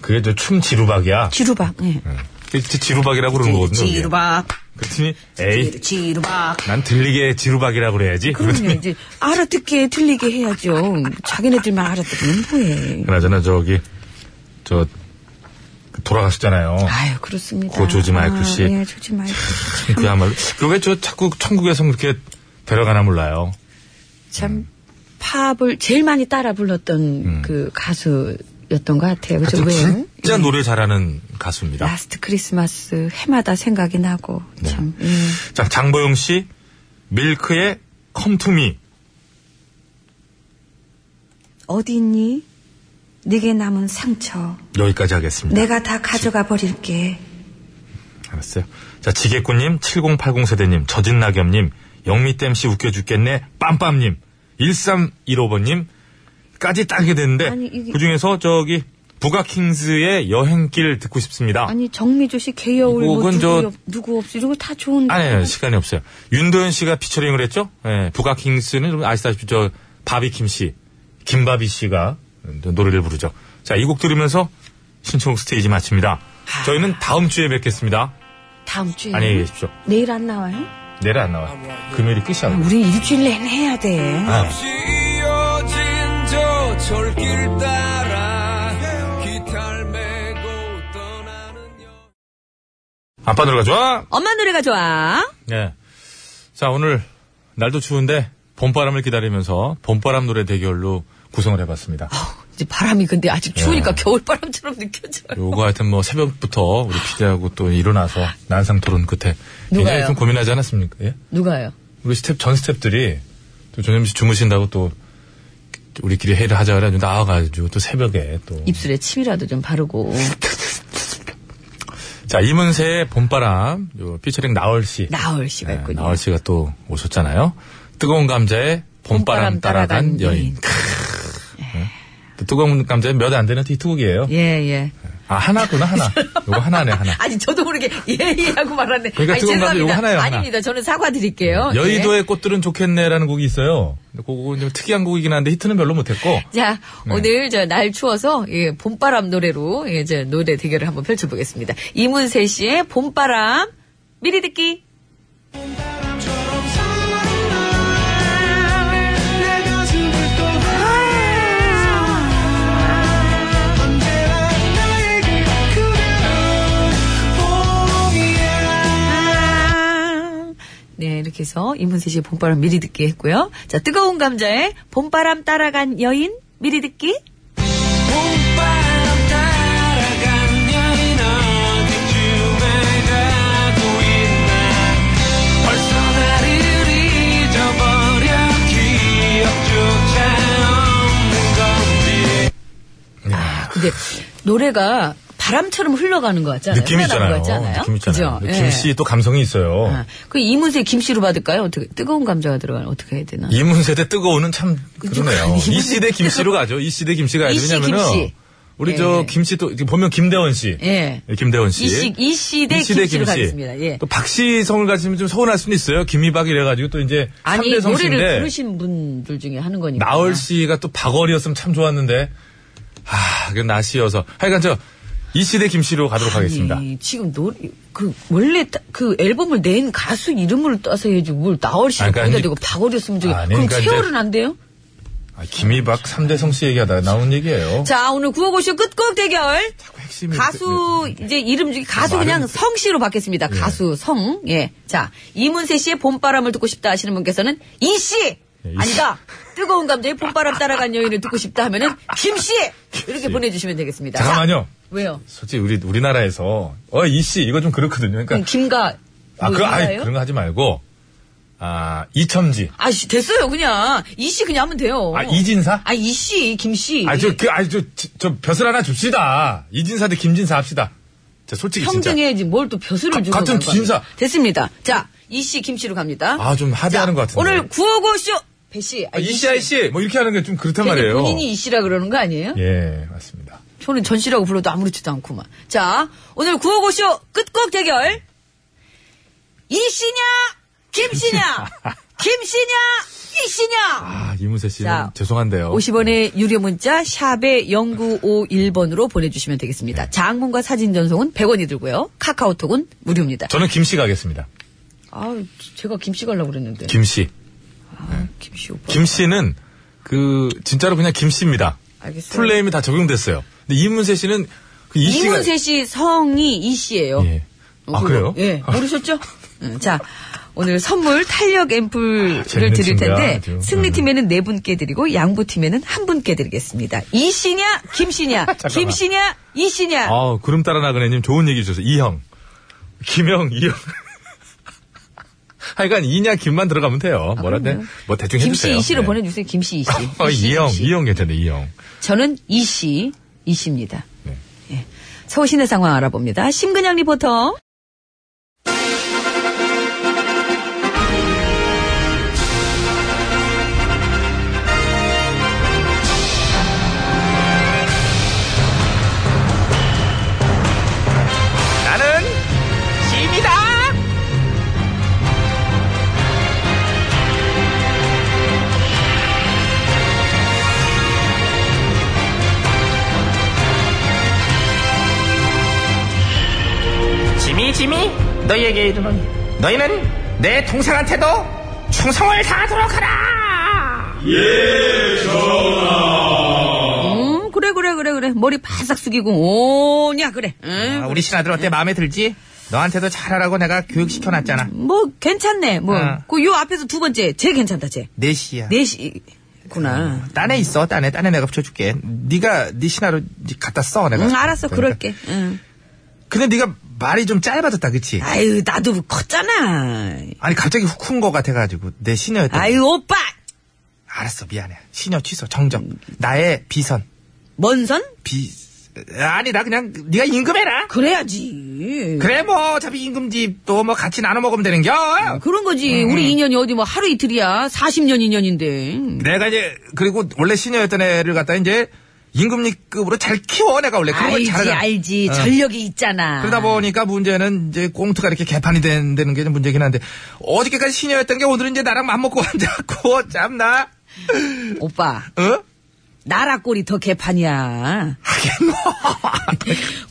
S3: 그게 저 춤 지루박이야.
S2: 지루박, 예.
S3: 그 지- 지루박이라고 그러는 거거든요. 이게.
S2: 지루박.
S3: 그랬더니 에이
S2: 지루박.
S3: 난 들리게 지루박이라고 그래야지.
S2: 그럼요,
S3: 그러더니
S2: 이제 알아듣게 들리게 해야죠. 자기네들만 알아듣으면 뭐해.
S3: 그나저나 저기 저그 돌아가셨잖아요.
S2: 아유, 그렇습니다.
S3: 고 조지 마이클 씨.
S2: 아, 예, 조지 마이클 씨.
S3: 참 그야말로 그게 저 자꾸 천국에서 그렇게 데려가나 몰라요.
S2: 참 팝을 제일 많이 따라 불렀던 그 가수였던 것 같아요. 그죠?
S3: 하여튼
S2: 왜?
S3: 음.
S9: 예.
S3: 진짜 노래 잘하는 가수입니다.
S2: 라스트 크리스마스 해마다 생각이 나고
S3: 네.
S2: 참. 음.
S3: 자 장보영 씨 밀크의 컴투미
S5: 어디 있니? 내게 남은 상처
S9: 네.
S3: 여기까지 하겠습니다.
S5: 내가 다 가져가 버릴게.
S3: 알았어요. 자, 지게꾼님, 7080세대님, 저진낙엽님, 영미댐씨 웃겨 죽겠네, 빰빰님, 1315번님, 까지 따게 됐는데,
S9: 아니, 이게-
S3: 그 중에서 저기, 부가킹스의 여행길 듣고 싶습니다.
S9: 아니 정미조 씨 개여울 뭐
S3: 이건
S9: 누구,
S3: 저-
S9: 없- 누구 없이 이런 거 다 좋은데
S3: 아니, 예. 아니, 시간이 없어요. 윤도현 씨가 피처링을 했죠? 예, 부가킹스는 좀 아시다시피 저, 바비킴 씨, 김바비 씨가 노래를 부르죠. 자, 이 곡 들으면서 신청 스테이지 마칩니다. 저희는 다음 주에 뵙겠습니다.
S9: 다음 주에
S3: 안녕히 계십시오.
S9: 내일 안 나와요?
S3: 내일 안 나와. 금요일이 끝이야.
S9: 우리 일주일 내내 해야 돼.
S10: 지어진 저 철길 따라 기타를 메고 떠나는 여
S3: 아빠 노래가 좋아?
S2: 엄마 노래가 좋아.
S3: 네. 자, 오늘 날도 추운데 봄바람을 기다리면서 봄바람 노래 대결로 구성을 해봤습니다.
S2: 이제 바람이 근데 아직 추우니까 겨울바람처럼 느껴져요.
S3: 요거 하여튼 뭐 새벽부터 우리 피디하고 또 일어나서 난상 토론 끝에 굉장히
S2: 누가요?
S3: 좀 고민하지 않았습니까? 예?
S2: 누가요?
S3: 우리 스텝, 전 스텝들이 또 전염씨 주무신다고 또 우리끼리 회의를 하자 그래가지고 나와가지고 또 새벽에 또.
S2: 입술에 침이라도 좀 바르고.
S3: 자, 이문세의 봄바람, 요 피처링 나얼씨.
S2: 나얼 씨가
S3: 네,
S2: 있군요.
S3: 나얼 씨가 또 오셨잖아요. 뜨거운 감자에 봄바람,
S2: 봄바람 따라간
S3: 따라간 여인.
S2: 여인.
S3: 크. 네. 또 뜨거운 감자에 몇 안 되는 히트곡이에요.
S2: 예, 예.
S3: 아 하나구나 하나. 요거 하나네 하나.
S2: 아니, 저도 모르게 예, 예 하고 말았네.
S3: 그러니까
S2: 아니,
S3: 뜨거운 감자
S2: 죄송합니다.
S3: 요거 하나예요, 하나.
S2: 아닙니다. 저는 사과드릴게요. 예.
S3: 여의도의 꽃들은 좋겠네라는 곡이 있어요. 근데 그거 좀 특이한 곡이긴 한데 히트는 별로 못했고.
S2: 예. 자,
S3: 네.
S2: 오늘 저 날 추워서 예, 봄바람 노래로 예, 저 노래 대결을 한번 펼쳐보겠습니다. 이문세 씨의 봄바람 미리 듣기. 네, 이렇게 해서 이문세 씨의 봄바람 미리 듣기 했고요. 자, 뜨거운 감자의 봄바람 따라간 여인 미리 듣기.
S10: 봄바람 따라간 여인 어디쯤에 가고 있나 벌써 나를 잊어버려 기억조차 없는 건지
S2: 근데 노래가 바람처럼 흘러가는 것 같잖아요.
S3: 느낌 있잖아요.
S2: 흘러가는 것 같잖아요.
S3: 느낌 있잖아요.
S2: 그죠? 예.
S3: 김씨 또 감성이 있어요.
S2: 아, 그 이문세 김씨로 받을까요? 어떻게 뜨거운 감자가 들어가면 어떻게 해야 되나?
S3: 이문세대 뜨거운은 참 그러네요.
S2: 이문세
S3: 이 시대 김씨로 가죠. 이 시대 김씨가 아니라
S2: 이씨
S3: 왜냐면은
S2: 김씨.
S3: 우리
S2: 예,
S3: 저
S2: 예.
S3: 김씨 또 보면 김대원 씨.
S2: 예.
S3: 김대원 씨.
S2: 이씨 이씨대
S3: 이시대
S2: 김씨로
S3: 김씨.
S2: 가겠습니다. 예.
S3: 또 박씨 성을 가지면 좀 서운할 수는 있어요. 김희박이 래가지고 또 이제
S2: 아니
S3: 3대 성씨인데
S2: 노래를 부르신 분들 중에 하는 거니까.
S3: 나얼 씨가 또 박월이었으면 참 좋았는데 아, 그 나씨여서 하여간 저 이 시대 김씨로 가도록 하겠습니다.
S2: 아니, 지금 노래 그 원래 따- 그 앨범을 낸 가수 이름을 따서 해야지 뭘 나얼 씨를
S3: 아니, 그러니까
S2: 거기다
S3: 이제-
S2: 대고 박어렸으면 저기
S3: 아니,
S2: 그럼
S3: 그러니까 이제-
S2: 세월은 안 돼요?
S3: 아, 김희박 3대 성씨 얘기하다가 나온 얘기예요.
S2: 자 오늘 구호고쇼 끝곡 대결
S3: 핵심이
S2: 가수 이제 이름 중에 가수
S3: 말은-
S2: 그냥 성 씨로 바뀌었습니다. 가수 성 예. 자 이문세 씨의 봄바람을 듣고 싶다 하시는 분께서는 이 씨.
S3: 예, 이
S2: 아니다. 뜨거운 감자의 봄바람 따라간 여인을 듣고 싶다 하면은 김씨 이렇게 보내주시면 되겠습니다.
S3: 잠깐만요.
S2: 자, 왜요?
S3: 솔직히 우리 우리나라에서 어 이 씨 이거 좀 그렇거든요. 그러니까
S2: 그럼 김가
S3: 아,
S2: 뭐
S3: 그, 아
S2: 이가요?
S3: 그런 거 하지 말고, 아, 이첨지.
S2: 아씨 됐어요 그냥 이 씨 그냥 하면 돼요.
S3: 아, 이진사?
S2: 아 이씨 김씨.
S3: 아, 저, 그, 아, 저, 저, 저 벼슬 하나 줍시다. 이진사 대 김진사 합시다. 자, 솔직히 진짜.
S2: 평등해 지금 뭘 또 벼슬을
S3: 가-
S2: 주고
S3: 같은
S2: 가는 거야.
S3: 진사.
S2: 됐습니다. 자 이씨 김씨로 갑니다.
S3: 아, 좀 하대하는 것 같은데.
S2: 오늘 구호고쇼 배씨
S3: 아, 이씨, 아이씨. 뭐 이렇게 하는 게 좀 그렇단
S2: 근데
S3: 말이에요.
S2: 본인이 이씨라 그러는 거 아니에요?
S3: 예, 맞습니다.
S2: 저는 전씨라고 불러도 아무렇지도 않구만. 자, 오늘 구호고쇼 끝곡 대결. 이씨냐? 김씨냐? 김씨냐? 이씨냐?
S3: 아, 이문세 씨는
S2: 자,
S3: 죄송한데요.
S2: 50원의 유료 문자 샵에 0951번으로 보내주시면 되겠습니다. 장문과 사진 전송은 100원이 들고요. 카카오톡은 무료입니다.
S3: 저는 김씨 가겠습니다.
S2: 아, 제가 김씨 가려고 그랬는데.
S3: 김씨.
S2: 아, 김씨 오빠.
S3: 김씨는 그, 진짜로 그냥 김씨입니다.
S2: 알겠어요.
S3: 풀네임이 다 적용됐어요. 근데 이문세 씨는 그 이씨가.
S2: 이문세 씨 성이 이씨예요.
S3: 예. 아, 그래요?
S2: 예, 모르셨죠? 음, 자, 오늘 선물 탄력 앰플을
S3: 아, 재밌는
S2: 드릴
S3: 친구야,
S2: 텐데
S3: 아주.
S2: 승리팀에는 네 분께 드리고 양보팀에는 한 분께 드리겠습니다. 이씨냐, 김씨냐, 김씨냐, 이씨냐.
S3: 아, 구름 따라 나그네님 좋은 얘기 주셨어요. 이형. 김형, 이형. 하여간 이냐 김만 들어가면 돼요. 뭐라 돼? 뭐 대충 해주세요.
S2: 아, 김씨 이씨로
S3: 네.
S2: 보내주세요. 김씨 이씨.
S3: 어,
S2: 이씨,
S3: 이형,
S2: 이씨.
S3: 이형 괜찮네, 이형.
S2: 저는 이씨 이씨입니다.
S3: 네.
S2: 예. 서울 시내 상황 알아봅니다. 심근양 리포터.
S1: 지미 너희에게 이르노니 너희는 내 동생한테도 충성을 다하도록 하라.
S3: 아.
S2: 음, 그래, 그래, 그래, 그래. 머리 바싹 숙이고, 오냐, 그래. 음, 응?
S1: 아, 우리 신하들 어때 마음에 들지? 너한테도 잘하라고 내가 교육시켜놨잖아.
S2: 뭐, 괜찮네, 뭐.
S3: 아.
S1: 어.
S2: 그, 요 앞에서 두 번째, 쟤 괜찮다, 쟤.
S1: 넷시
S2: 네
S1: 야
S2: 넷이구나.
S1: 딴애 있어, 딴애. 딴애 내가 붙여줄게. 네가 네 신하로 이제 갖다 써, 내가.
S2: 응, 알았어,
S1: 그러니까.
S2: 그럴게. 응.
S1: 근데 네가 말이 좀 짧아졌다, 그치?
S2: 아유, 나도 컸잖아.
S1: 아니, 갑자기 훅 큰 거 같아가지고. 내 신여였다.
S2: 아유, 오빠!
S1: 알았어, 미안해. 신여 취소, 정정. 나의 비선.
S2: 먼선?
S1: 비, 아니, 나 그냥 네가 임금해라.
S2: 그래야지.
S1: 그래, 뭐, 어차피 임금집 또 뭐 같이 나눠 먹으면 되는겨.
S2: 그런 거지. 우리 인연이 어디 뭐 하루 이틀이야. 40년 인연인데.
S1: 내가 이제, 그리고 원래 신여였던 애를 갖다 이제 임금님급으로 잘 키워, 내가 원래. 그런 걸
S2: 알지,
S1: 잘하잖아.
S2: 알지.
S1: 어.
S2: 전력이 있잖아.
S1: 그러다 뭐 보니까 문제는 이제 꽁트가 이렇게 개판이 된다는 게 좀 문제긴 한데 어저께까지 신여였던 게 오늘은 이제 나랑 맘먹고 앉았고 참나
S2: 오빠,
S1: 어?
S2: 나라꼴이 더 개판이야.
S1: 뭐.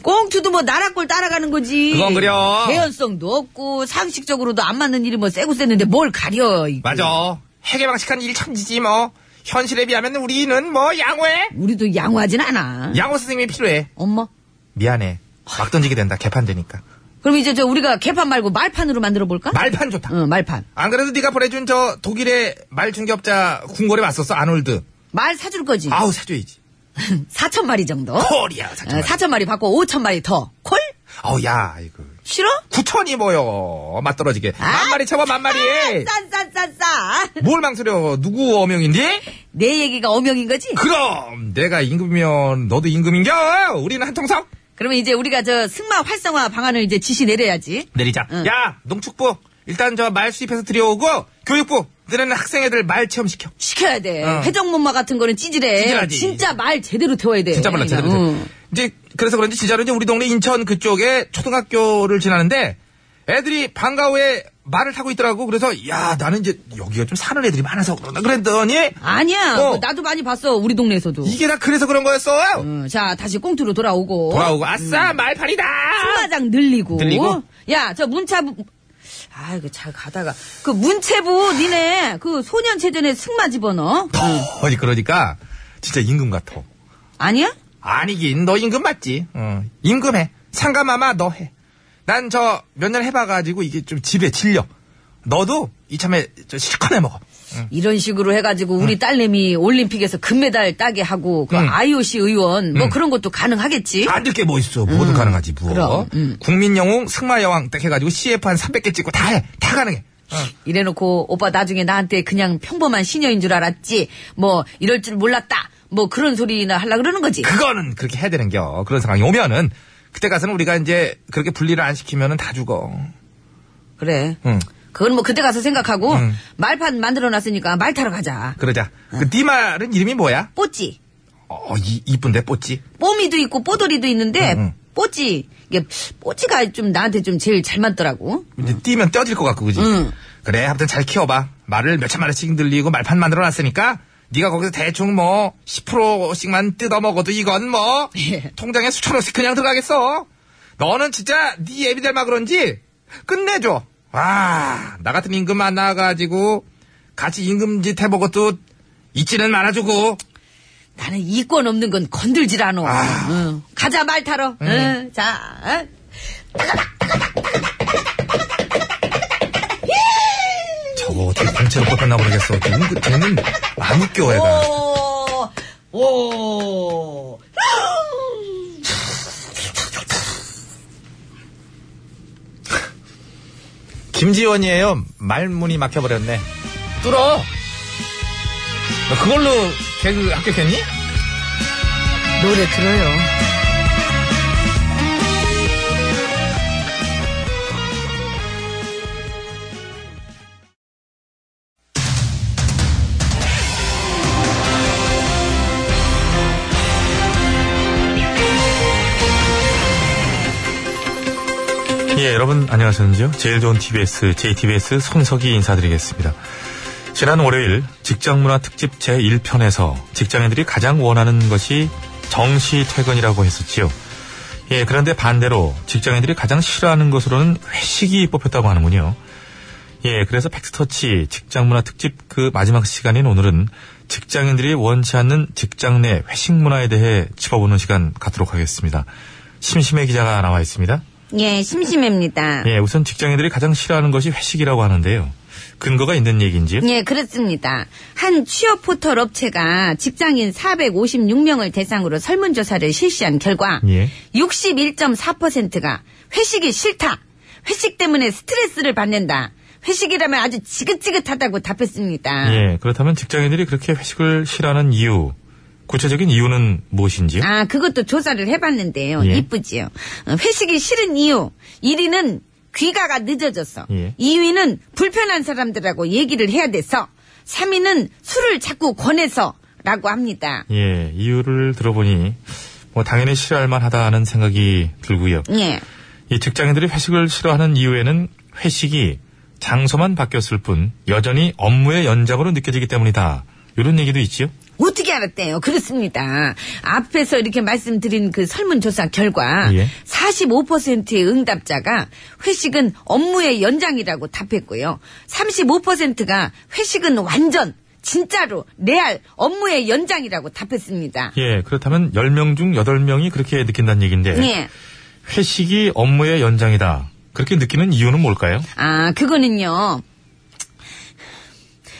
S2: 꽁투도 뭐 나라꼴 따라가는 거지.
S1: 그건 그려.
S2: 개연성도 없고, 상식적으로도 안 맞는 일이 뭐 세고 쎘는데 뭘 가려. 이거.
S1: 맞아 해계 방식한 일천지지 뭐 현실에 비하면 우리는 뭐 양호해
S2: 우리도 양호하진 않아.
S1: 양호 선생님이 필요해
S2: 엄마.
S1: 미안해 막 던지게 된다 개판 되니까
S2: 그럼 이제 저 우리가 개판 말고 말판으로 만들어 볼까?
S1: 말판 좋다
S2: 응, 말판.
S1: 안 그래도 네가 보내준 저 독일의 말 중개업자 궁궐에 왔었어 아놀드
S2: 말 사줄 거지.
S1: 아우 사줘야지
S2: 사천 마리 정도.
S1: 코리아 사줘
S2: 어? 사천 마리 받고 오천 마리 더. 콜?
S1: 아우 야 이거
S2: 싫어?
S1: 구천이 뭐여 맞떨어지게
S2: 아,
S1: 만마리 쳐봐 만마리
S2: 싼싼싼싸.
S1: 뭘 망설여? 누구 어명인데?
S2: 내 얘기가 어명인 거지?
S1: 그럼 내가 임금이면 너도 임금인겨? 우리는 한통성
S2: 그러면 이제 우리가 저 승마 활성화 방안을 이제 지시 내려야지.
S1: 내리자.
S2: 응.
S1: 야 농축부 일단 저 말 수입해서 들여오고 교육부 너네는 학생애들 말 체험시켜.
S2: 시켜야 돼.
S1: 응.
S2: 회전목마 같은 거는 찌질해.
S1: 어. 찌질하지.
S2: 진짜 말 제대로 태워야 돼. 어.
S1: 진짜 말라 제대로.
S2: 응.
S1: 돼. 이제 그래서 그런지 진짜로 이제 우리 동네 인천 그쪽에 초등학교를 지나는데 애들이 방과 후에 말을 타고 있더라고. 그래서 야 나는 이제 여기가 좀 사는 애들이 많아서 그러나 그랬더니
S2: 아니야.
S1: 어.
S2: 뭐 나도 많이 봤어. 우리 동네에서도.
S1: 이게 다 그래서 그런 거였어.
S2: 응, 자, 다시 꽁투로 돌아오고.
S1: 돌아오고 아싸 말팔이다.
S2: 승마장 늘리고.
S1: 늘리고?
S2: 야, 저 문차부. 아, 이거 잘 가다가. 그 문체부, 니네, 그 소년체전에 승마 집어넣어?
S1: 아니 그러니까 진짜 임금 같아.
S2: 아니야?
S1: 아니긴 너 임금 맞지? 어, 임금해. 상가마마 너 해. 난 저 몇 년 해봐가지고 이게 좀 집에 질려. 너도 이참에 저 실컷 해 먹어.
S2: 이런 식으로 해가지고 우리 딸내미 올림픽에서 금메달 따게 하고, 그
S1: 응.
S2: IOC 의원, 뭐 그런 것도 가능하겠지?
S1: 안 될 게 뭐 있어? 뭐든 가능하지 뭐.
S2: 예? 음. 그럼, 음.
S1: 국민 영웅 승마 여왕 딱 해가지고 CF 한 300개 찍고 다 해. 다 가능해.
S2: 예.
S1: 어.
S2: 이래놓고 오빠 나중에 나한테 그냥 평범한 시녀인 줄 알았지. 뭐 이럴 줄 몰랐다. 뭐 그런 소리나 하려 그러는 거지.
S1: 그거는 그렇게 해야 되는겨. 그런 상황이 오면은 그때 가서는 우리가 이제 그렇게 분리를 안 시키면은 다 죽어.
S2: 그래.
S1: 응.
S2: 그건 뭐 그때 가서 생각하고 말판 만들어 놨으니까 말 타러 가자.
S1: 그러자.
S2: 아.
S1: 그 네 말은 이름이 뭐야?
S2: 뽀찌.
S1: 어, 이, 이쁜데 뽀찌.
S2: 뽀미도 있고 뽀돌이도 있는데
S1: 응, 응.
S2: 뽀찌. 이게 뽀찌가 좀 나한테 좀 제일 잘 맞더라고.
S1: 이제 뛰면 떠질 것 같고 그지?
S2: 응.
S1: 그래 아무튼 잘 키워봐 말을 몇 천만 원씩 늘리고 말판 만들어놨으니까 네가 거기서 대충 뭐 10%씩만 뜯어먹어도 이건 뭐
S2: 예.
S1: 통장에 수천 원씩 그냥 들어가겠어 너는 진짜 네 애비 닮아 그런지 끝내줘 와나 같은 임금 만나가지고 같이 임금짓 해보고또 있지는 말아주고
S2: 나는 이권 없는 건 건들질 않아.
S1: 아.
S2: 응. 가자 말 타러. 응, 자.
S1: 저거 어떻게 단체로 꺾었나 모르겠어
S3: 그
S1: 임금 쟤는 안 웃겨 애가
S2: 오. 오.
S1: 김지원이에요 말문이 막혀버렸네 뚫어 너 그걸로 개그 합격했니?
S2: 노래 들어요.
S3: 예, 여러분 안녕하셨는지요? 제일 좋은 TBS, JTBS 손석희 인사드리겠습니다. 지난 월요일 직장문화 특집 제1편에서 직장인들이 가장 원하는 것이 정시 퇴근이라고 했었지요. 예, 그런데 반대로 직장인들이 가장 싫어하는 것으로는 회식이 뽑혔다고 하는군요. 예, 그래서 팩스터치 직장문화 특집 그 마지막 시간인 오늘은 직장인들이 원치 않는 직장 내 회식 문화에 대해 짚어보는 시간 갖도록 하겠습니다. 심심해 기자가 나와 있습니다.
S2: 예, 심심합니다.
S3: 예, 우선 직장인들이 가장 싫어하는 것이 회식이라고 하는데요. 근거가 있는 얘기인지요?
S2: 예, 그렇습니다. 한 취업 포털 업체가 직장인 456명을 대상으로 설문조사를 실시한 결과
S3: 예.
S2: 61.4%가 회식이 싫다. 회식 때문에 스트레스를 받는다. 회식이라면 아주 지긋지긋하다고 답했습니다.
S3: 예, 그렇다면 직장인들이 그렇게 회식을 싫어하는 이유, 구체적인 이유는 무엇인지요?
S2: 아, 그것도 조사를 해봤는데요.
S3: 예.
S2: 이쁘지요. 어, 회식이 싫은 이유. 1위는 귀가가 늦어져서.
S3: 예.
S2: 2위는 불편한 사람들하고 얘기를 해야 돼서. 3위는 술을 자꾸 권해서. 라고 합니다.
S3: 예, 이유를 들어보니 뭐 당연히 싫어할 만하다는 생각이 들고요.
S2: 예.
S3: 이 직장인들이 회식을 싫어하는 이유에는 회식이 장소만 바뀌었을 뿐 여전히 업무의 연장으로 느껴지기 때문이다. 이런 얘기도 있지요.
S2: 어떻게 알았대요? 그렇습니다. 앞에서 이렇게 말씀드린 그 설문조사 결과
S3: 예.
S2: 45%의 응답자가 회식은 업무의 연장이라고 답했고요. 35%가 회식은 완전 진짜로 레알 업무의 연장이라고 답했습니다.
S3: 예, 그렇다면 10명 중 8명이 그렇게 느낀다는 얘기인데
S2: 예.
S3: 회식이 업무의 연장이다. 그렇게 느끼는 이유는 뭘까요?
S2: 아, 그거는요.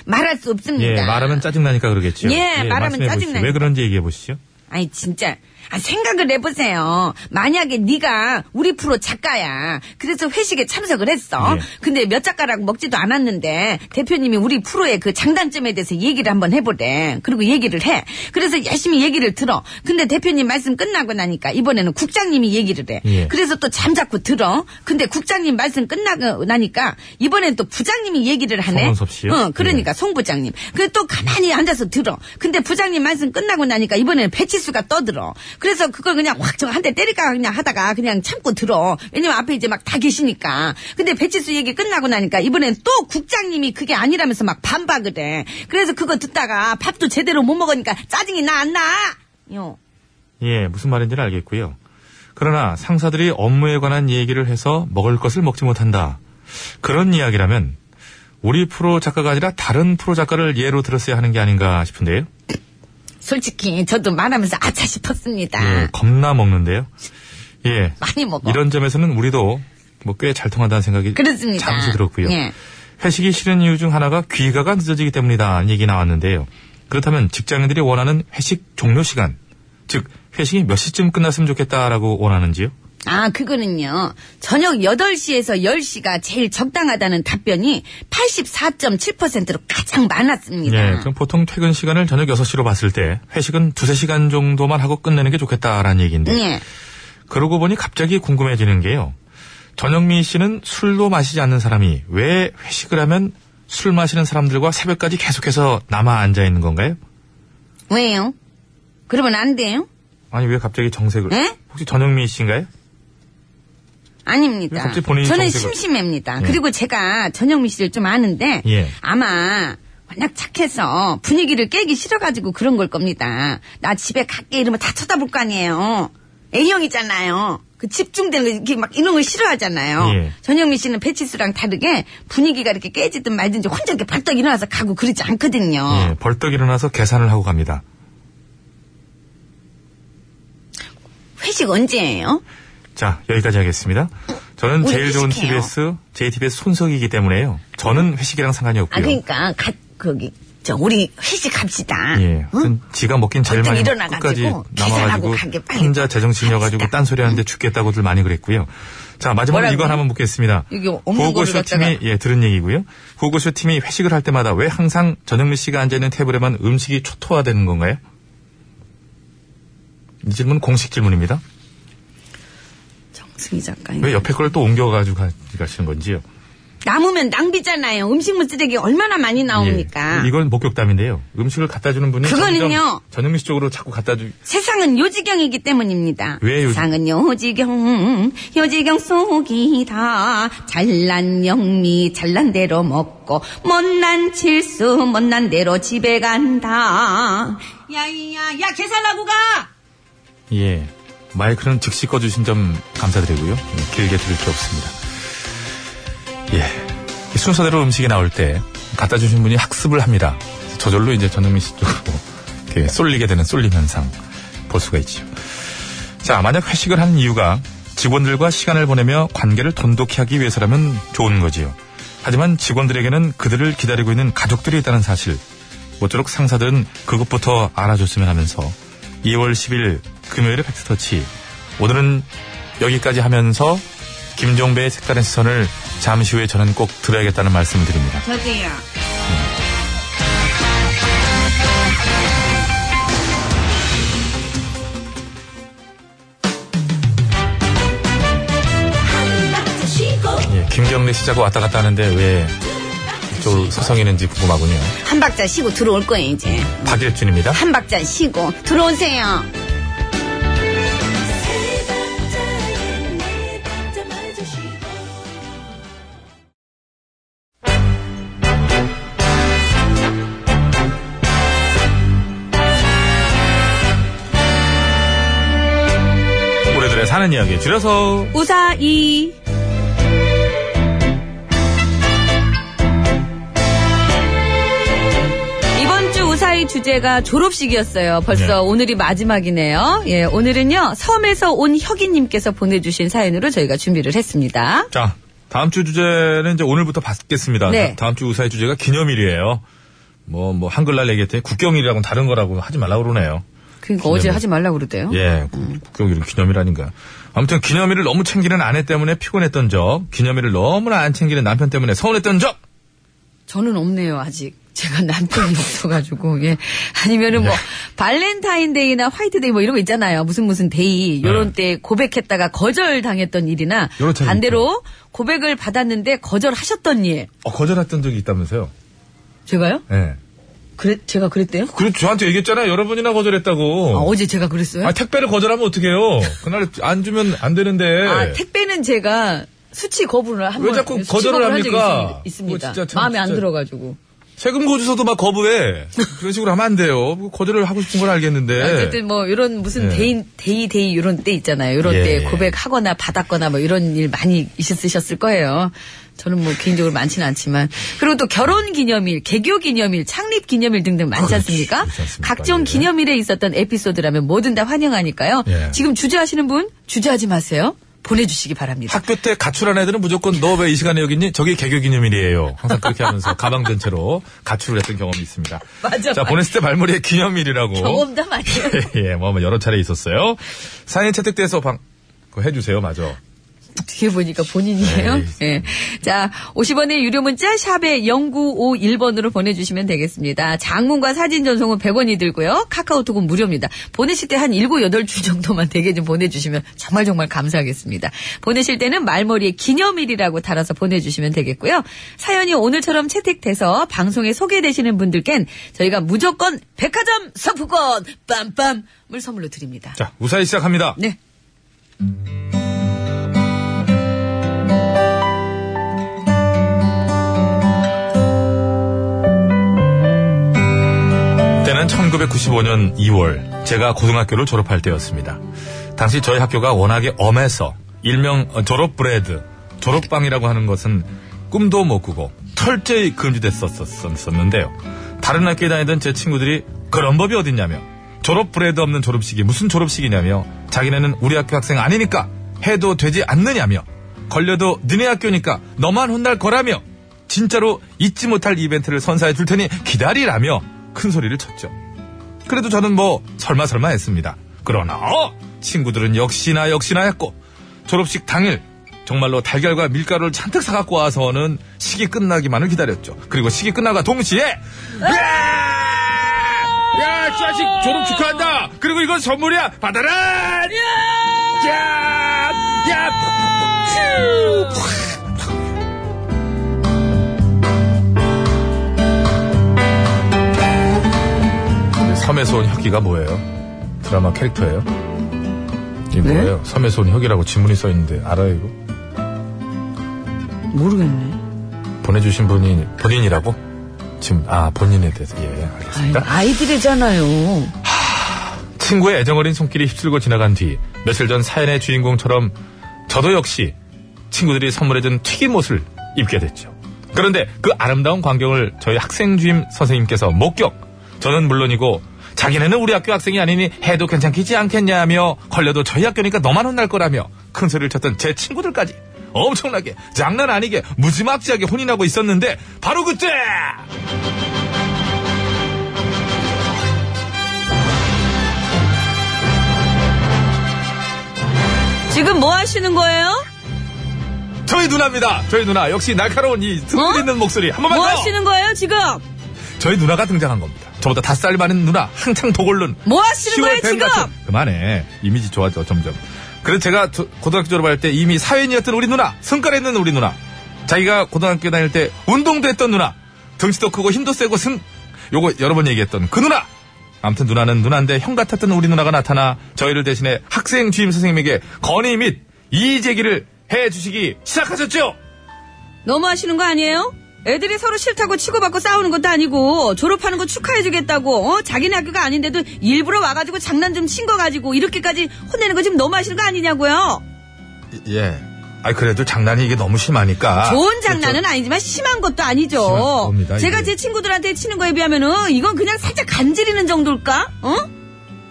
S2: 말할 수 없습니다.
S3: 예, 말하면 짜증나니까 그러겠죠.
S2: 예, 말하면
S3: 말씀해 보시죠.
S2: 짜증나니까.
S3: 왜 그런지 얘기해 보시죠.
S2: 아니 진짜 아, 생각을 해보세요. 만약에 네가 우리 프로 작가야. 그래서 회식에 참석을 했어.
S3: 예.
S2: 근데 몇 작가라고 먹지도 않았는데 대표님이 우리 프로의 그 장단점에 대해서 얘기를 한번 해보래. 그리고 얘기를 해. 그래서 열심히 얘기를 들어. 근데 대표님 말씀 끝나고 나니까 이번에는 국장님이 얘기를 해.
S3: 예.
S2: 그래서 또 잠자코 들어. 근데 국장님 말씀 끝나고 나니까 이번엔 또 부장님이 얘기를 하네.
S3: 송원섭 씨요? 예.
S2: 어, 그러니까 송 부장님. 그 또 가만히 앉아서 들어. 근데 부장님 말씀 끝나고 나니까 이번에는 배치수가 떠들어. 그래서 그걸 그냥 확 저 한 대 때릴까 그냥 하다가 그냥 참고 들어. 왜냐면 앞에 이제 막 다 계시니까. 근데 배치수 얘기 끝나고 나니까 이번엔 또 국장님이 그게 아니라면서 막 반박을 해. 그래서 그거 듣다가 밥도 제대로 못 먹으니까 짜증이 나 안 나? 요.
S3: 예, 무슨 말인지는 알겠고요. 그러나 상사들이 업무에 관한 얘기를 해서 먹을 것을 먹지 못한다. 그런 이야기라면 우리 프로 작가가 아니라 다른 프로 작가를 예로 들었어야 하는 게 아닌가 싶은데요.
S2: 솔직히 저도 말하면서 아차 싶었습니다.
S3: 예, 겁나 먹는데요. 예.
S2: 많이 먹어.
S3: 이런 점에서는 우리도 뭐 꽤 잘 통한다는 생각이
S2: 그렇습니다.
S3: 잠시 들었고요.
S2: 예.
S3: 회식이 싫은 이유 중 하나가 귀가가 늦어지기 때문이다 얘기 나왔는데요. 그렇다면 직장인들이 원하는 회식 종료 시간, 즉 회식이 몇 시쯤 끝났으면 좋겠다라고 원하는지요?
S2: 아, 그거는요. 저녁 8시에서 10시가 제일 적당하다는 답변이 84.7%로 가장 많았습니다.
S3: 예, 그럼 보통 퇴근 시간을 저녁 6시로 봤을 때 회식은 두세 시간 정도만 하고 끝내는 게 좋겠다라는 얘기인데
S2: 예.
S3: 그러고 보니 갑자기 궁금해지는 게요. 전영미 씨는 술도 마시지 않는 사람이 왜 회식을 하면 술 마시는 사람들과 새벽까지 계속해서 남아 앉아 있는 건가요?
S2: 왜요? 그러면 안 돼요?
S3: 아니 왜 갑자기 정색을?
S2: 예?
S3: 혹시 전영미 씨인가요?
S2: 아닙니다.
S3: 갑자기 본인이
S2: 저는
S3: 정색을-
S2: 심심합니다.
S3: 예.
S2: 그리고 제가 전영미 씨를 좀 아는데
S3: 예.
S2: 아마 워낙 착해서 분위기를 깨기 싫어가지고 그런 걸 겁니다. 나 집에 갈게 이러면 다 쳐다볼 거 아니에요. A형이잖아요. 그 집중되는 거 이렇게 막 이런 걸 싫어하잖아요.
S3: 예.
S2: 전영미 씨는 배치수랑 다르게 분위기가 이렇게 깨지든 말든지 혼자 이렇게 발떡 일어나서 가고 그러지 않거든요.
S3: 예, 벌떡 일어나서 계산을 하고 갑니다.
S2: 회식 언제예요?
S3: 자, 여기까지 하겠습니다. 저는
S2: 우리
S3: 제일 좋은
S2: 회식해요.
S3: TBS, JTBS 손석이기 때문에요. 저는 회식이랑 상관이 없고요.
S2: 아 그러니까 가, 거기 저 우리 회식합시다.
S3: 예,
S2: 아, 응?
S3: 하여튼 지가 먹긴 제일
S2: 벌떡
S3: 많이
S2: 일어나가지고
S3: 끝까지
S2: 계산하고
S3: 남아가지고
S2: 가게 빨리
S3: 혼자 제정신이어가지고
S2: 갑시다.
S3: 딴소리하는데 죽겠다고들 많이 그랬고요. 자, 마지막으로
S2: 뭐라고?
S3: 이거 하나만 묻겠습니다.
S2: 이게 없는
S3: 구호고쇼
S2: 거를 갖다가-
S3: 팀이, 예, 들은 얘기고요. 구호고쇼 팀이 회식을 할 때마다 왜 항상 전영미 씨가 앉아있는 테이블에만 음식이 초토화되는 건가요? 이 질문 공식 질문입니다.
S2: 정승희 작가님.
S3: 왜 옆에 걸 또 옮겨가지고 가- 가시는 건지요?
S2: 남으면 낭비잖아요. 음식물 쓰레기 얼마나 많이 나옵니까?
S3: 예, 이건 목격담인데요. 음식을 갖다 주는 분이
S2: 그거는요.
S3: 점점 전영미 씨 쪽으로 자꾸 갖다 주.
S2: 세상은 요지경이기 때문입니다.
S3: 왜 요지-
S2: 세상은 요지경, 요지경 속이다. 잘난 영미, 잘난 대로 먹고, 못난 칠수, 못난 대로 집에 간다. 야, 야, 야, 계산하고 가!
S3: 예. 마이크는 즉시 꺼주신 점 감사드리고요. 예, 길게 들을 게 없습니다. 예. 이 순서대로 음식이 나올 때 갖다 주신 분이 학습을 합니다. 저절로 이제 전현민 씨 쪽으로 이렇게 쏠리게 되는 쏠림 현상 볼 수가 있죠. 자, 만약 회식을 하는 이유가 직원들과 시간을 보내며 관계를 돈독히 하기 위해서라면 좋은 거지요. 하지만 직원들에게는 그들을 기다리고 있는 가족들이 있다는 사실. 모쪼록 상사들은 그것부터 알아줬으면 하면서 2월 10일 금요일에 팩스터치. 오늘은 여기까지 하면서 김종배의 색다른 시선을 잠시 후에 저는 꼭 들어야겠다는 말씀을 드립니다.
S11: 저기요.
S3: 예, 김경래 시자고 왔다 갔다 하는데 왜 이쪽으로 서성이는지 궁금하군요.
S11: 한 박자 쉬고 들어올 거예요, 이제.
S3: 박일준입니다.
S11: 한 박자 쉬고 들어오세요.
S3: 우리들의 사는 이야기 줄여서
S2: 우사이. 이번 주 우사이 주제가 졸업식이었어요. 벌써
S3: 네.
S2: 오늘이 마지막이네요. 예, 오늘은요, 섬에서 온 혁이님께서 보내주신 사연으로 저희가 준비를 했습니다.
S3: 자 다음 주 주제는 이제 오늘부터 받겠습니다.
S2: 네.
S3: 다음 주 우사의 주제가 기념일이에요. 뭐 뭐 한글날 얘기했더니 국경일이라고는 다른 거라고 하지 말라 고 그러네요.
S2: 그니까 어제
S3: 기념일.
S2: 하지 말라고 그러대요.
S3: 예, 구- 국경일은 기념일 아닌가. 아무튼 기념일을 너무 챙기는 아내 때문에 피곤했던 적, 기념일을 너무나 안 챙기는 남편 때문에 서운했던 적.
S2: 저는 없네요, 아직. 제가 남편이 없어가지고, 예. 아니면은
S3: 네.
S2: 뭐, 발렌타인데이나 화이트데이 뭐 이런 거 있잖아요. 무슨 무슨 데이, 요런 때 고백했다가 거절당했던 일이나,
S3: 네. 요런 차이
S2: 반대로 고백을 받았는데 거절하셨던 일.
S3: 어, 거절했던 적이 있다면서요?
S2: 제가요?
S3: 예.
S2: 그래, 제가 그랬대요?
S3: 그리고 저한테 얘기했잖아요. 여러분이나 거절했다고.
S2: 아, 어제 제가 그랬어요?
S3: 아, 택배를 거절하면 어떡해요? 그날 안 주면 안 되는데.
S2: 아, 택배는 제가 수치 거부를 한번
S3: 네. 왜 자꾸 거절을 합니까?
S2: 있습니다.
S3: 그거 진짜 참
S2: 마음에 안
S3: 진짜-
S2: 들어가지고.
S3: 세금 거주서도 막 거부해. 그런 식으로 하면 안 돼요. 뭐 거절을 하고 싶은 걸 알겠는데.
S2: 어쨌든 뭐 이런 무슨
S3: 예.
S2: 데이 데이 데이 이런 때 있잖아요. 이런
S3: 예,
S2: 때
S3: 예.
S2: 고백하거나 받았거나 뭐 이런 일 많이 있으셨을 거예요. 저는 뭐 개인적으로 많지는 않지만 그리고 또 결혼 기념일, 개교 기념일, 창립 기념일 등등 많지
S3: 그렇지,
S2: 않습니까?
S3: 그렇지 않습니까?
S2: 각종
S3: 예.
S2: 기념일에 있었던 에피소드라면 뭐든 다 환영하니까요.
S3: 예.
S2: 지금 주저하시는 분 주저하지 마세요. 보내주시기 바랍니다.
S3: 학교 때 가출한 애들은 무조건 너 왜 이 시간에 여기 있니? 저기 개교 기념일이에요. 항상 그렇게 하면서 가방 든 채로 가출을 했던 경험이 있습니다.
S2: 맞아,
S3: 자,
S2: 맞아.
S3: 보냈을 때 말머리에 기념일이라고.
S2: 경험담 아니에요?
S3: 예, 뭐, 뭐 여러 차례 있었어요. 사연 채택돼서 방, 그거 해주세요, 맞아.
S2: 뒤에 보니까 본인이에요. 예. 자, 50원의 유료 문자 샵에 0951번으로 보내주시면 되겠습니다. 장문과 사진 전송은 100원이 들고요. 카카오톡은 무료입니다. 보내실 때 한 7, 8줄 정도만 되게 좀 보내주시면 정말 정말 감사하겠습니다. 보내실 때는 말머리에 기념일이라고 달아서 보내주시면 되겠고요. 사연이 오늘처럼 채택돼서 방송에 소개되시는 분들께는 저희가 무조건 백화점 상품권 빰빰을 선물로 드립니다.
S3: 자, 우사히 시작합니다.
S2: 네.
S3: 때는 1995년 2월 제가 고등학교를 졸업할 때였습니다. 당시 저희 학교가 워낙에 엄해서 일명 어, 졸업 브레드, 졸업방이라고 하는 것은 꿈도 못 꾸고 철저히 금지됐었었는데요. 다른 학교에 다니던 제 친구들이 그런 법이 어딨냐며 졸업 브레드 없는 졸업식이 무슨 졸업식이냐며 자기네는 우리 학교 학생 아니니까 해도 되지 않느냐며 걸려도 니네 학교니까 너만 혼날 거라며 진짜로 잊지 못할 이벤트를 선사해 줄 테니 기다리라며 큰 소리를 쳤죠. 그래도 저는 뭐 설마 설마 했습니다. 그러나 어! 친구들은 역시나 역시나 했고 졸업식 당일 정말로 달걀과 밀가루를 잔뜩 사갖고 와서는 식이 끝나기만을 기다렸죠. 그리고 식이 끝나가 동시에 야! 야, 자식 졸업 축하한다. 그리고 이건 선물이야. 받아라. 야! 야! 섬에서 온 혁이가 뭐예요? 드라마 캐릭터예요? 이게 뭐예요? 섬에서 온 혁이라고 지문이 써 있는데 알아요 이거?
S2: 모르겠네.
S3: 보내주신 분이 본인이라고? 지금 아 본인에 대해서 예 알겠습니다.
S2: 아이들이잖아요.
S3: 친구의 애정어린 손길이 휩쓸고 지나간 뒤 며칠 전 사연의 주인공처럼 저도 역시 친구들이 선물해준 튀김옷을 입게 됐죠. 그런데 그 아름다운 광경을 저희 학생 주임 선생님께서 목격. 저는 물론이고 자기네는 우리 학교 학생이 아니니 해도 괜찮겠지 않겠냐며 걸려도 저희 학교니까 너만 혼날 거라며 큰 소리를 쳤던 제 친구들까지 엄청나게 장난 아니게 무지막지하게 혼이 나고 있었는데 바로 그때
S2: 지금 뭐 하시는 거예요?
S3: 저희 누나입니다. 저희 누나 역시 날카로운 이
S2: 어?
S3: 듣고 있는 목소리 한 번만
S2: 뭐
S3: 더.
S2: 하시는 거예요, 지금?
S3: 저희 누나가 등장한 겁니다. 저보다 다섯 살 많은 누나 한창 도골른.
S2: 뭐 하시는
S3: 10월
S2: 거예요, 지금?
S3: 뱀같은- 그만해. 이미지 좋아져 점점. 그래서 제가 저- 고등학교 졸업할 때 이미 사회인이었던 우리 누나, 성깔 있는 우리 누나, 자기가 고등학교 다닐 때 운동도 했던 누나, 덩치도 크고 힘도 세고 승 요거 여러 번 얘기했던 그 누나. 아무튼 누나는 누나인데 형 같았던 우리 누나가 나타나 저희를 대신해 학생 주임 선생님에게 건의 및 이의 제기를 해주시기 시작하셨죠.
S2: 너무 하시는 거 아니에요? 애들이 서로 싫다고 치고받고 싸우는 것도 아니고 졸업하는 거 축하해주겠다고 어? 자기네 학교가 아닌데도 일부러 와가지고 장난 좀 친 거 가지고 이렇게까지 혼내는 거 지금 너무 하시는 거 아니냐고요?
S3: 예. 아 그래도 장난이 이게 너무 심하니까.
S2: 좋은 장난은 아니지만 심한 것도 아니죠.
S3: 아, 그렇죠. 심한 겁니다,
S2: 제가
S3: 이게.
S2: 제 친구들한테 치는 거에 비하면은 이건 그냥 살짝 간지리는 정도일까? 어?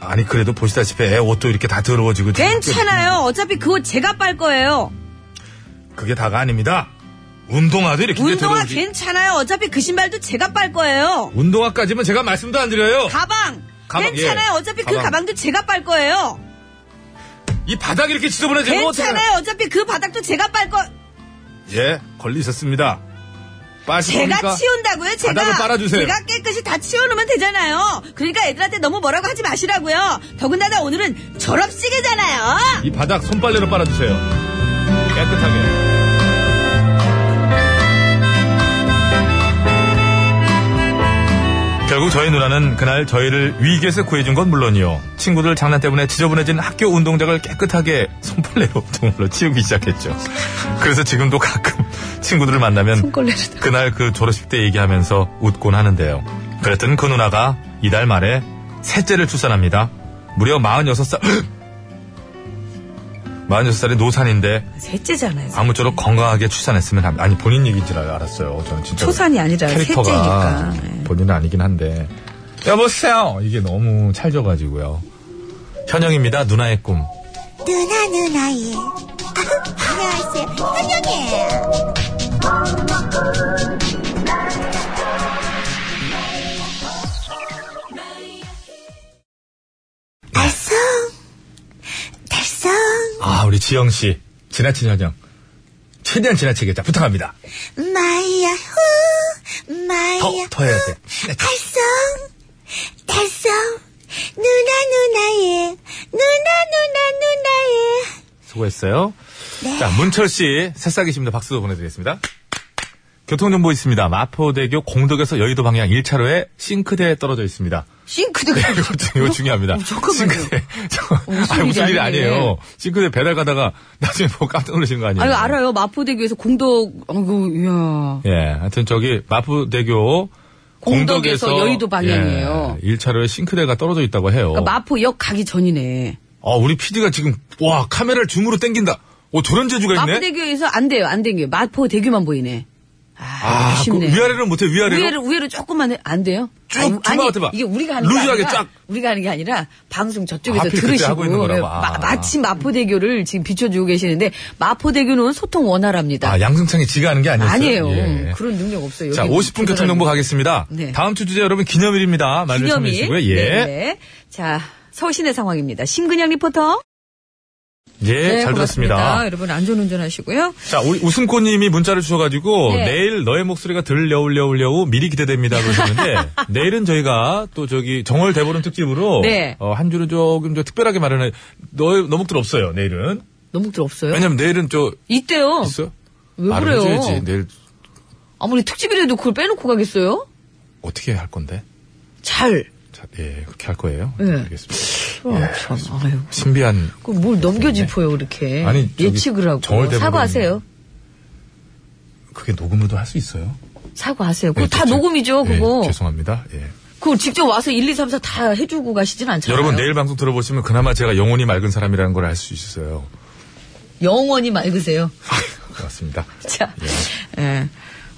S3: 아니 그래도 보시다시피 애 옷도 이렇게 다 더러워지고 지금
S2: 괜찮아요. 어차피 그거 제가 빨 거예요.
S3: 그게 다가 아닙니다. 운동화도 이렇게 이제
S2: 운동화
S3: 더러워지.
S2: 괜찮아요. 어차피 그 신발도 제가 빨 거예요.
S3: 운동화까지면 제가 말씀도 안 드려요.
S2: 가방.
S3: 가방,
S2: 괜찮아요.
S3: 예.
S2: 어차피 그
S3: 가방.
S2: 가방도 제가 빨 거예요.
S3: 이 바닥 이렇게 지저분해지면 네, 어떡해?
S2: 괜찮아요. 어차피 그 바닥도 제가 빨 거.
S3: 예, 걸리셨습니다. 빠시
S2: 제가
S3: 겁니까?
S2: 치운다고요. 제가
S3: 그러니까 바닥을 빨아주세요.
S2: 제가 깨끗이 다 치워놓으면 되잖아요. 그러니까 애들한테 너무 뭐라고 하지 마시라고요. 더군다나 오늘은 졸업식이잖아요.
S3: 이 바닥 손빨래로 빨아주세요. 깨끗하게. 결국 저희 누나는 그날 저희를 위기에서 구해준 건 물론이요. 친구들 장난 때문에 지저분해진 학교 운동장을 깨끗하게 손빨래로 동으로 치우기 시작했죠. 그래서 지금도 가끔 친구들을 만나면 그날 그 졸업식 때 얘기하면서 웃곤 하는데요. 그랬더니 그 누나가 이달 말에 셋째를 출산합니다. 무려 46살, 46살의 노산인데
S2: 셋째잖아요.
S3: 아무쪼록 건강하게 출산했으면 합니다. 아니 본인 얘기인 줄 알- 알았어요. 저는 진짜
S2: 초산이 아니라
S3: 캐릭터가 네.
S2: 셋째니까.
S3: 본인은 아니긴 한데 여보세요 이게 너무 찰져가지고요. 현영입니다. 누나의 꿈.
S6: 누나 누나예. 안녕하세요. 안녕해. 달성. 달성.
S3: 아 우리 지영 씨 지나친 현영 최대한 지나치게 자 부탁합니다.
S6: 마야후.
S3: 더
S6: 마야.
S3: 더 해야 돼. 네,
S6: 달성. 달성. 누나 누나예. 누나 누나 누나예.
S3: 수고했어요.
S2: 네.
S3: 자, 문철 씨, 새싹이십니다. 박수도 보내드리겠습니다. 교통정보 있습니다. 마포대교 공덕에서 여의도 방향 1차로에 싱크대에 떨어져 있습니다. 싱크대가? 이거, 중- 이거
S2: 어,
S3: 중요합니다. 싱크대. 저, 아니, 무슨 일이 아니에요. 싱크대 배달 가다가 나중에 보고 깜짝 놀라시는 거 아니에요?
S2: 아유 알아요. 마포대교에서 공덕. 아이고 야.
S3: 예, 하여튼 저기 마포대교
S2: 공덕에서
S3: 공덕에서, 예,
S2: 여의도 방향이에요.
S3: 1차로에 싱크대가 떨어져 있다고 해요.
S2: 그러니까 마포역 가기 전이네.
S3: 아, 우리 PD가 지금, 와, 카메라를 줌으로 당긴다. 오, 저런 재주가 있네?
S2: 마포대교에서 안 돼요. 안 돼요. 마포대교만 보이네. 아,
S3: 아, 그
S2: 아쉽네.
S3: 위아래로 못해, 위아래로.
S2: 위에를 위에를 조금만 해, 안 돼요?
S3: 쭉 주마 같아 봐.
S2: 이게 우리가 하는 게
S3: 루즈하게
S2: 아니라
S3: 쫙.
S2: 우리가 하는 게 아니라 방송
S3: 아,
S2: 저쪽에서
S3: 하필 그때
S2: 들으시고 예,
S3: 하고 있는 거라고. 아.
S2: 마, 마침 마포대교를 지금 비춰주고 계시는데 마포대교는 소통 원활합니다.
S3: 아, 양승창이 지가 하는 게 아니었어요.
S2: 에요 음,
S3: 예.
S2: 그런 능력 없어요.
S3: 자,
S2: 여기
S3: 50분 교통정보 가겠습니다.
S2: 네.
S3: 다음 주 주제 여러분 기념일입니다. 말씀 참해
S2: 기념일.
S3: 주시고요. 예.
S2: 네, 네. 자, 서울시내 상황입니다. 심근양 리포터.
S3: 예, 잘
S2: 네, 고맙습니다.
S3: 들었습니다.
S2: 여러분 안전운전 하시고요.
S3: 자, 우리 웃음꽃님이 문자를 주셔가지고
S2: 네.
S3: 내일 너의 목소리가 들려울려울려우 미리 기대됩니다 그러시는데 내일은 저희가 또 저기 정월 대보름 특집으로
S2: 네.
S3: 어, 한 주를 조금 좀 특별하게 마련해 너의 너목들 없어요 내일은
S2: 너목들 없어요?
S3: 왜냐면 내일은 저
S2: 이때요.
S3: 있어요
S2: 왜
S3: 말을
S2: 그래요?
S3: 해줘야지 내일
S2: 아무리 특집이라도 그걸 빼놓고 가겠어요?
S3: 어떻게 할 건데
S2: 잘.
S3: 자, 예 그렇게 할 거예요
S2: 네.
S3: 알겠습니다 예,
S2: 참, 아유.
S3: 신비한
S2: 그걸 뭘 넘겨짚어요, 이렇게.
S3: 네. 아니, 저기
S2: 예측을 하고.
S3: 저월 대보름-
S2: 사과하세요.
S3: 그게 녹음으로도 할 수 있어요.
S2: 사과하세요. 그거
S3: 예,
S2: 다
S3: 죄-
S2: 녹음이죠,
S3: 예,
S2: 그거.
S3: 죄송합니다. 예.
S2: 그 직접 와서 1, 2, 3, 4 다 해주고 가시진 않잖아요.
S3: 여러분 내일 방송 들어보시면 그나마 제가 영혼이 맑은 사람이라는 걸 알 수 있어요.
S2: 영원히 맑으세요.
S3: 맞습니다.
S2: 자, 예.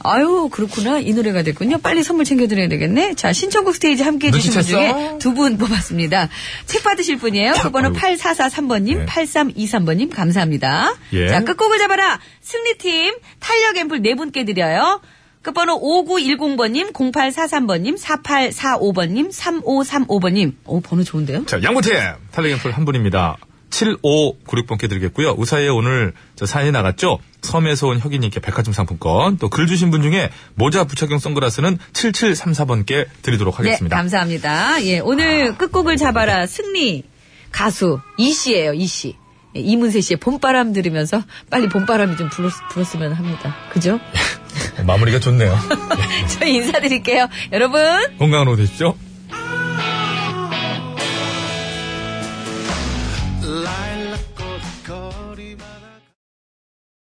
S2: 아유, 그렇구나. 이 노래가 됐군요. 빨리 선물 챙겨드려야 되겠네. 자, 신청곡 스테이지 함께 해주신 분 중에
S3: 눈치챘어?
S2: 두 분 뽑았습니다. 책 받으실 분이에요. 그거는
S3: 아이고.
S2: 8443번님,
S3: 네.
S2: 8323번님, 감사합니다.
S3: 예.
S2: 자, 끝곡을 잡아라. 승리팀 탄력 앰플 네 분께 드려요. 끝번호 5910번님, 0843번님, 4845번님, 3535번님. 오, 번호 좋은데요?
S3: 자, 양구팀 탈레경풀 한 분입니다. 7596번께 드리겠고요. 우사에 오늘 저 사연이 나갔죠? 섬에서 온 혁이님께 백화점 상품권, 또 글 주신 분 중에 모자 부착용 선글라스는 7734번께 드리도록 하겠습니다.
S2: 네, 감사합니다. 예, 오늘 끝곡을 잡아라 승리 가수 이 씨예요, 이 씨. 예, 이문세 씨의 봄바람 들으면서 빨리 봄바람이 좀 불었, 불었으면 합니다. 그죠?
S3: 어, 마무리가 좋네요.
S2: 저희 인사드릴게요. 여러분.
S3: 건강한 오후 되십시오.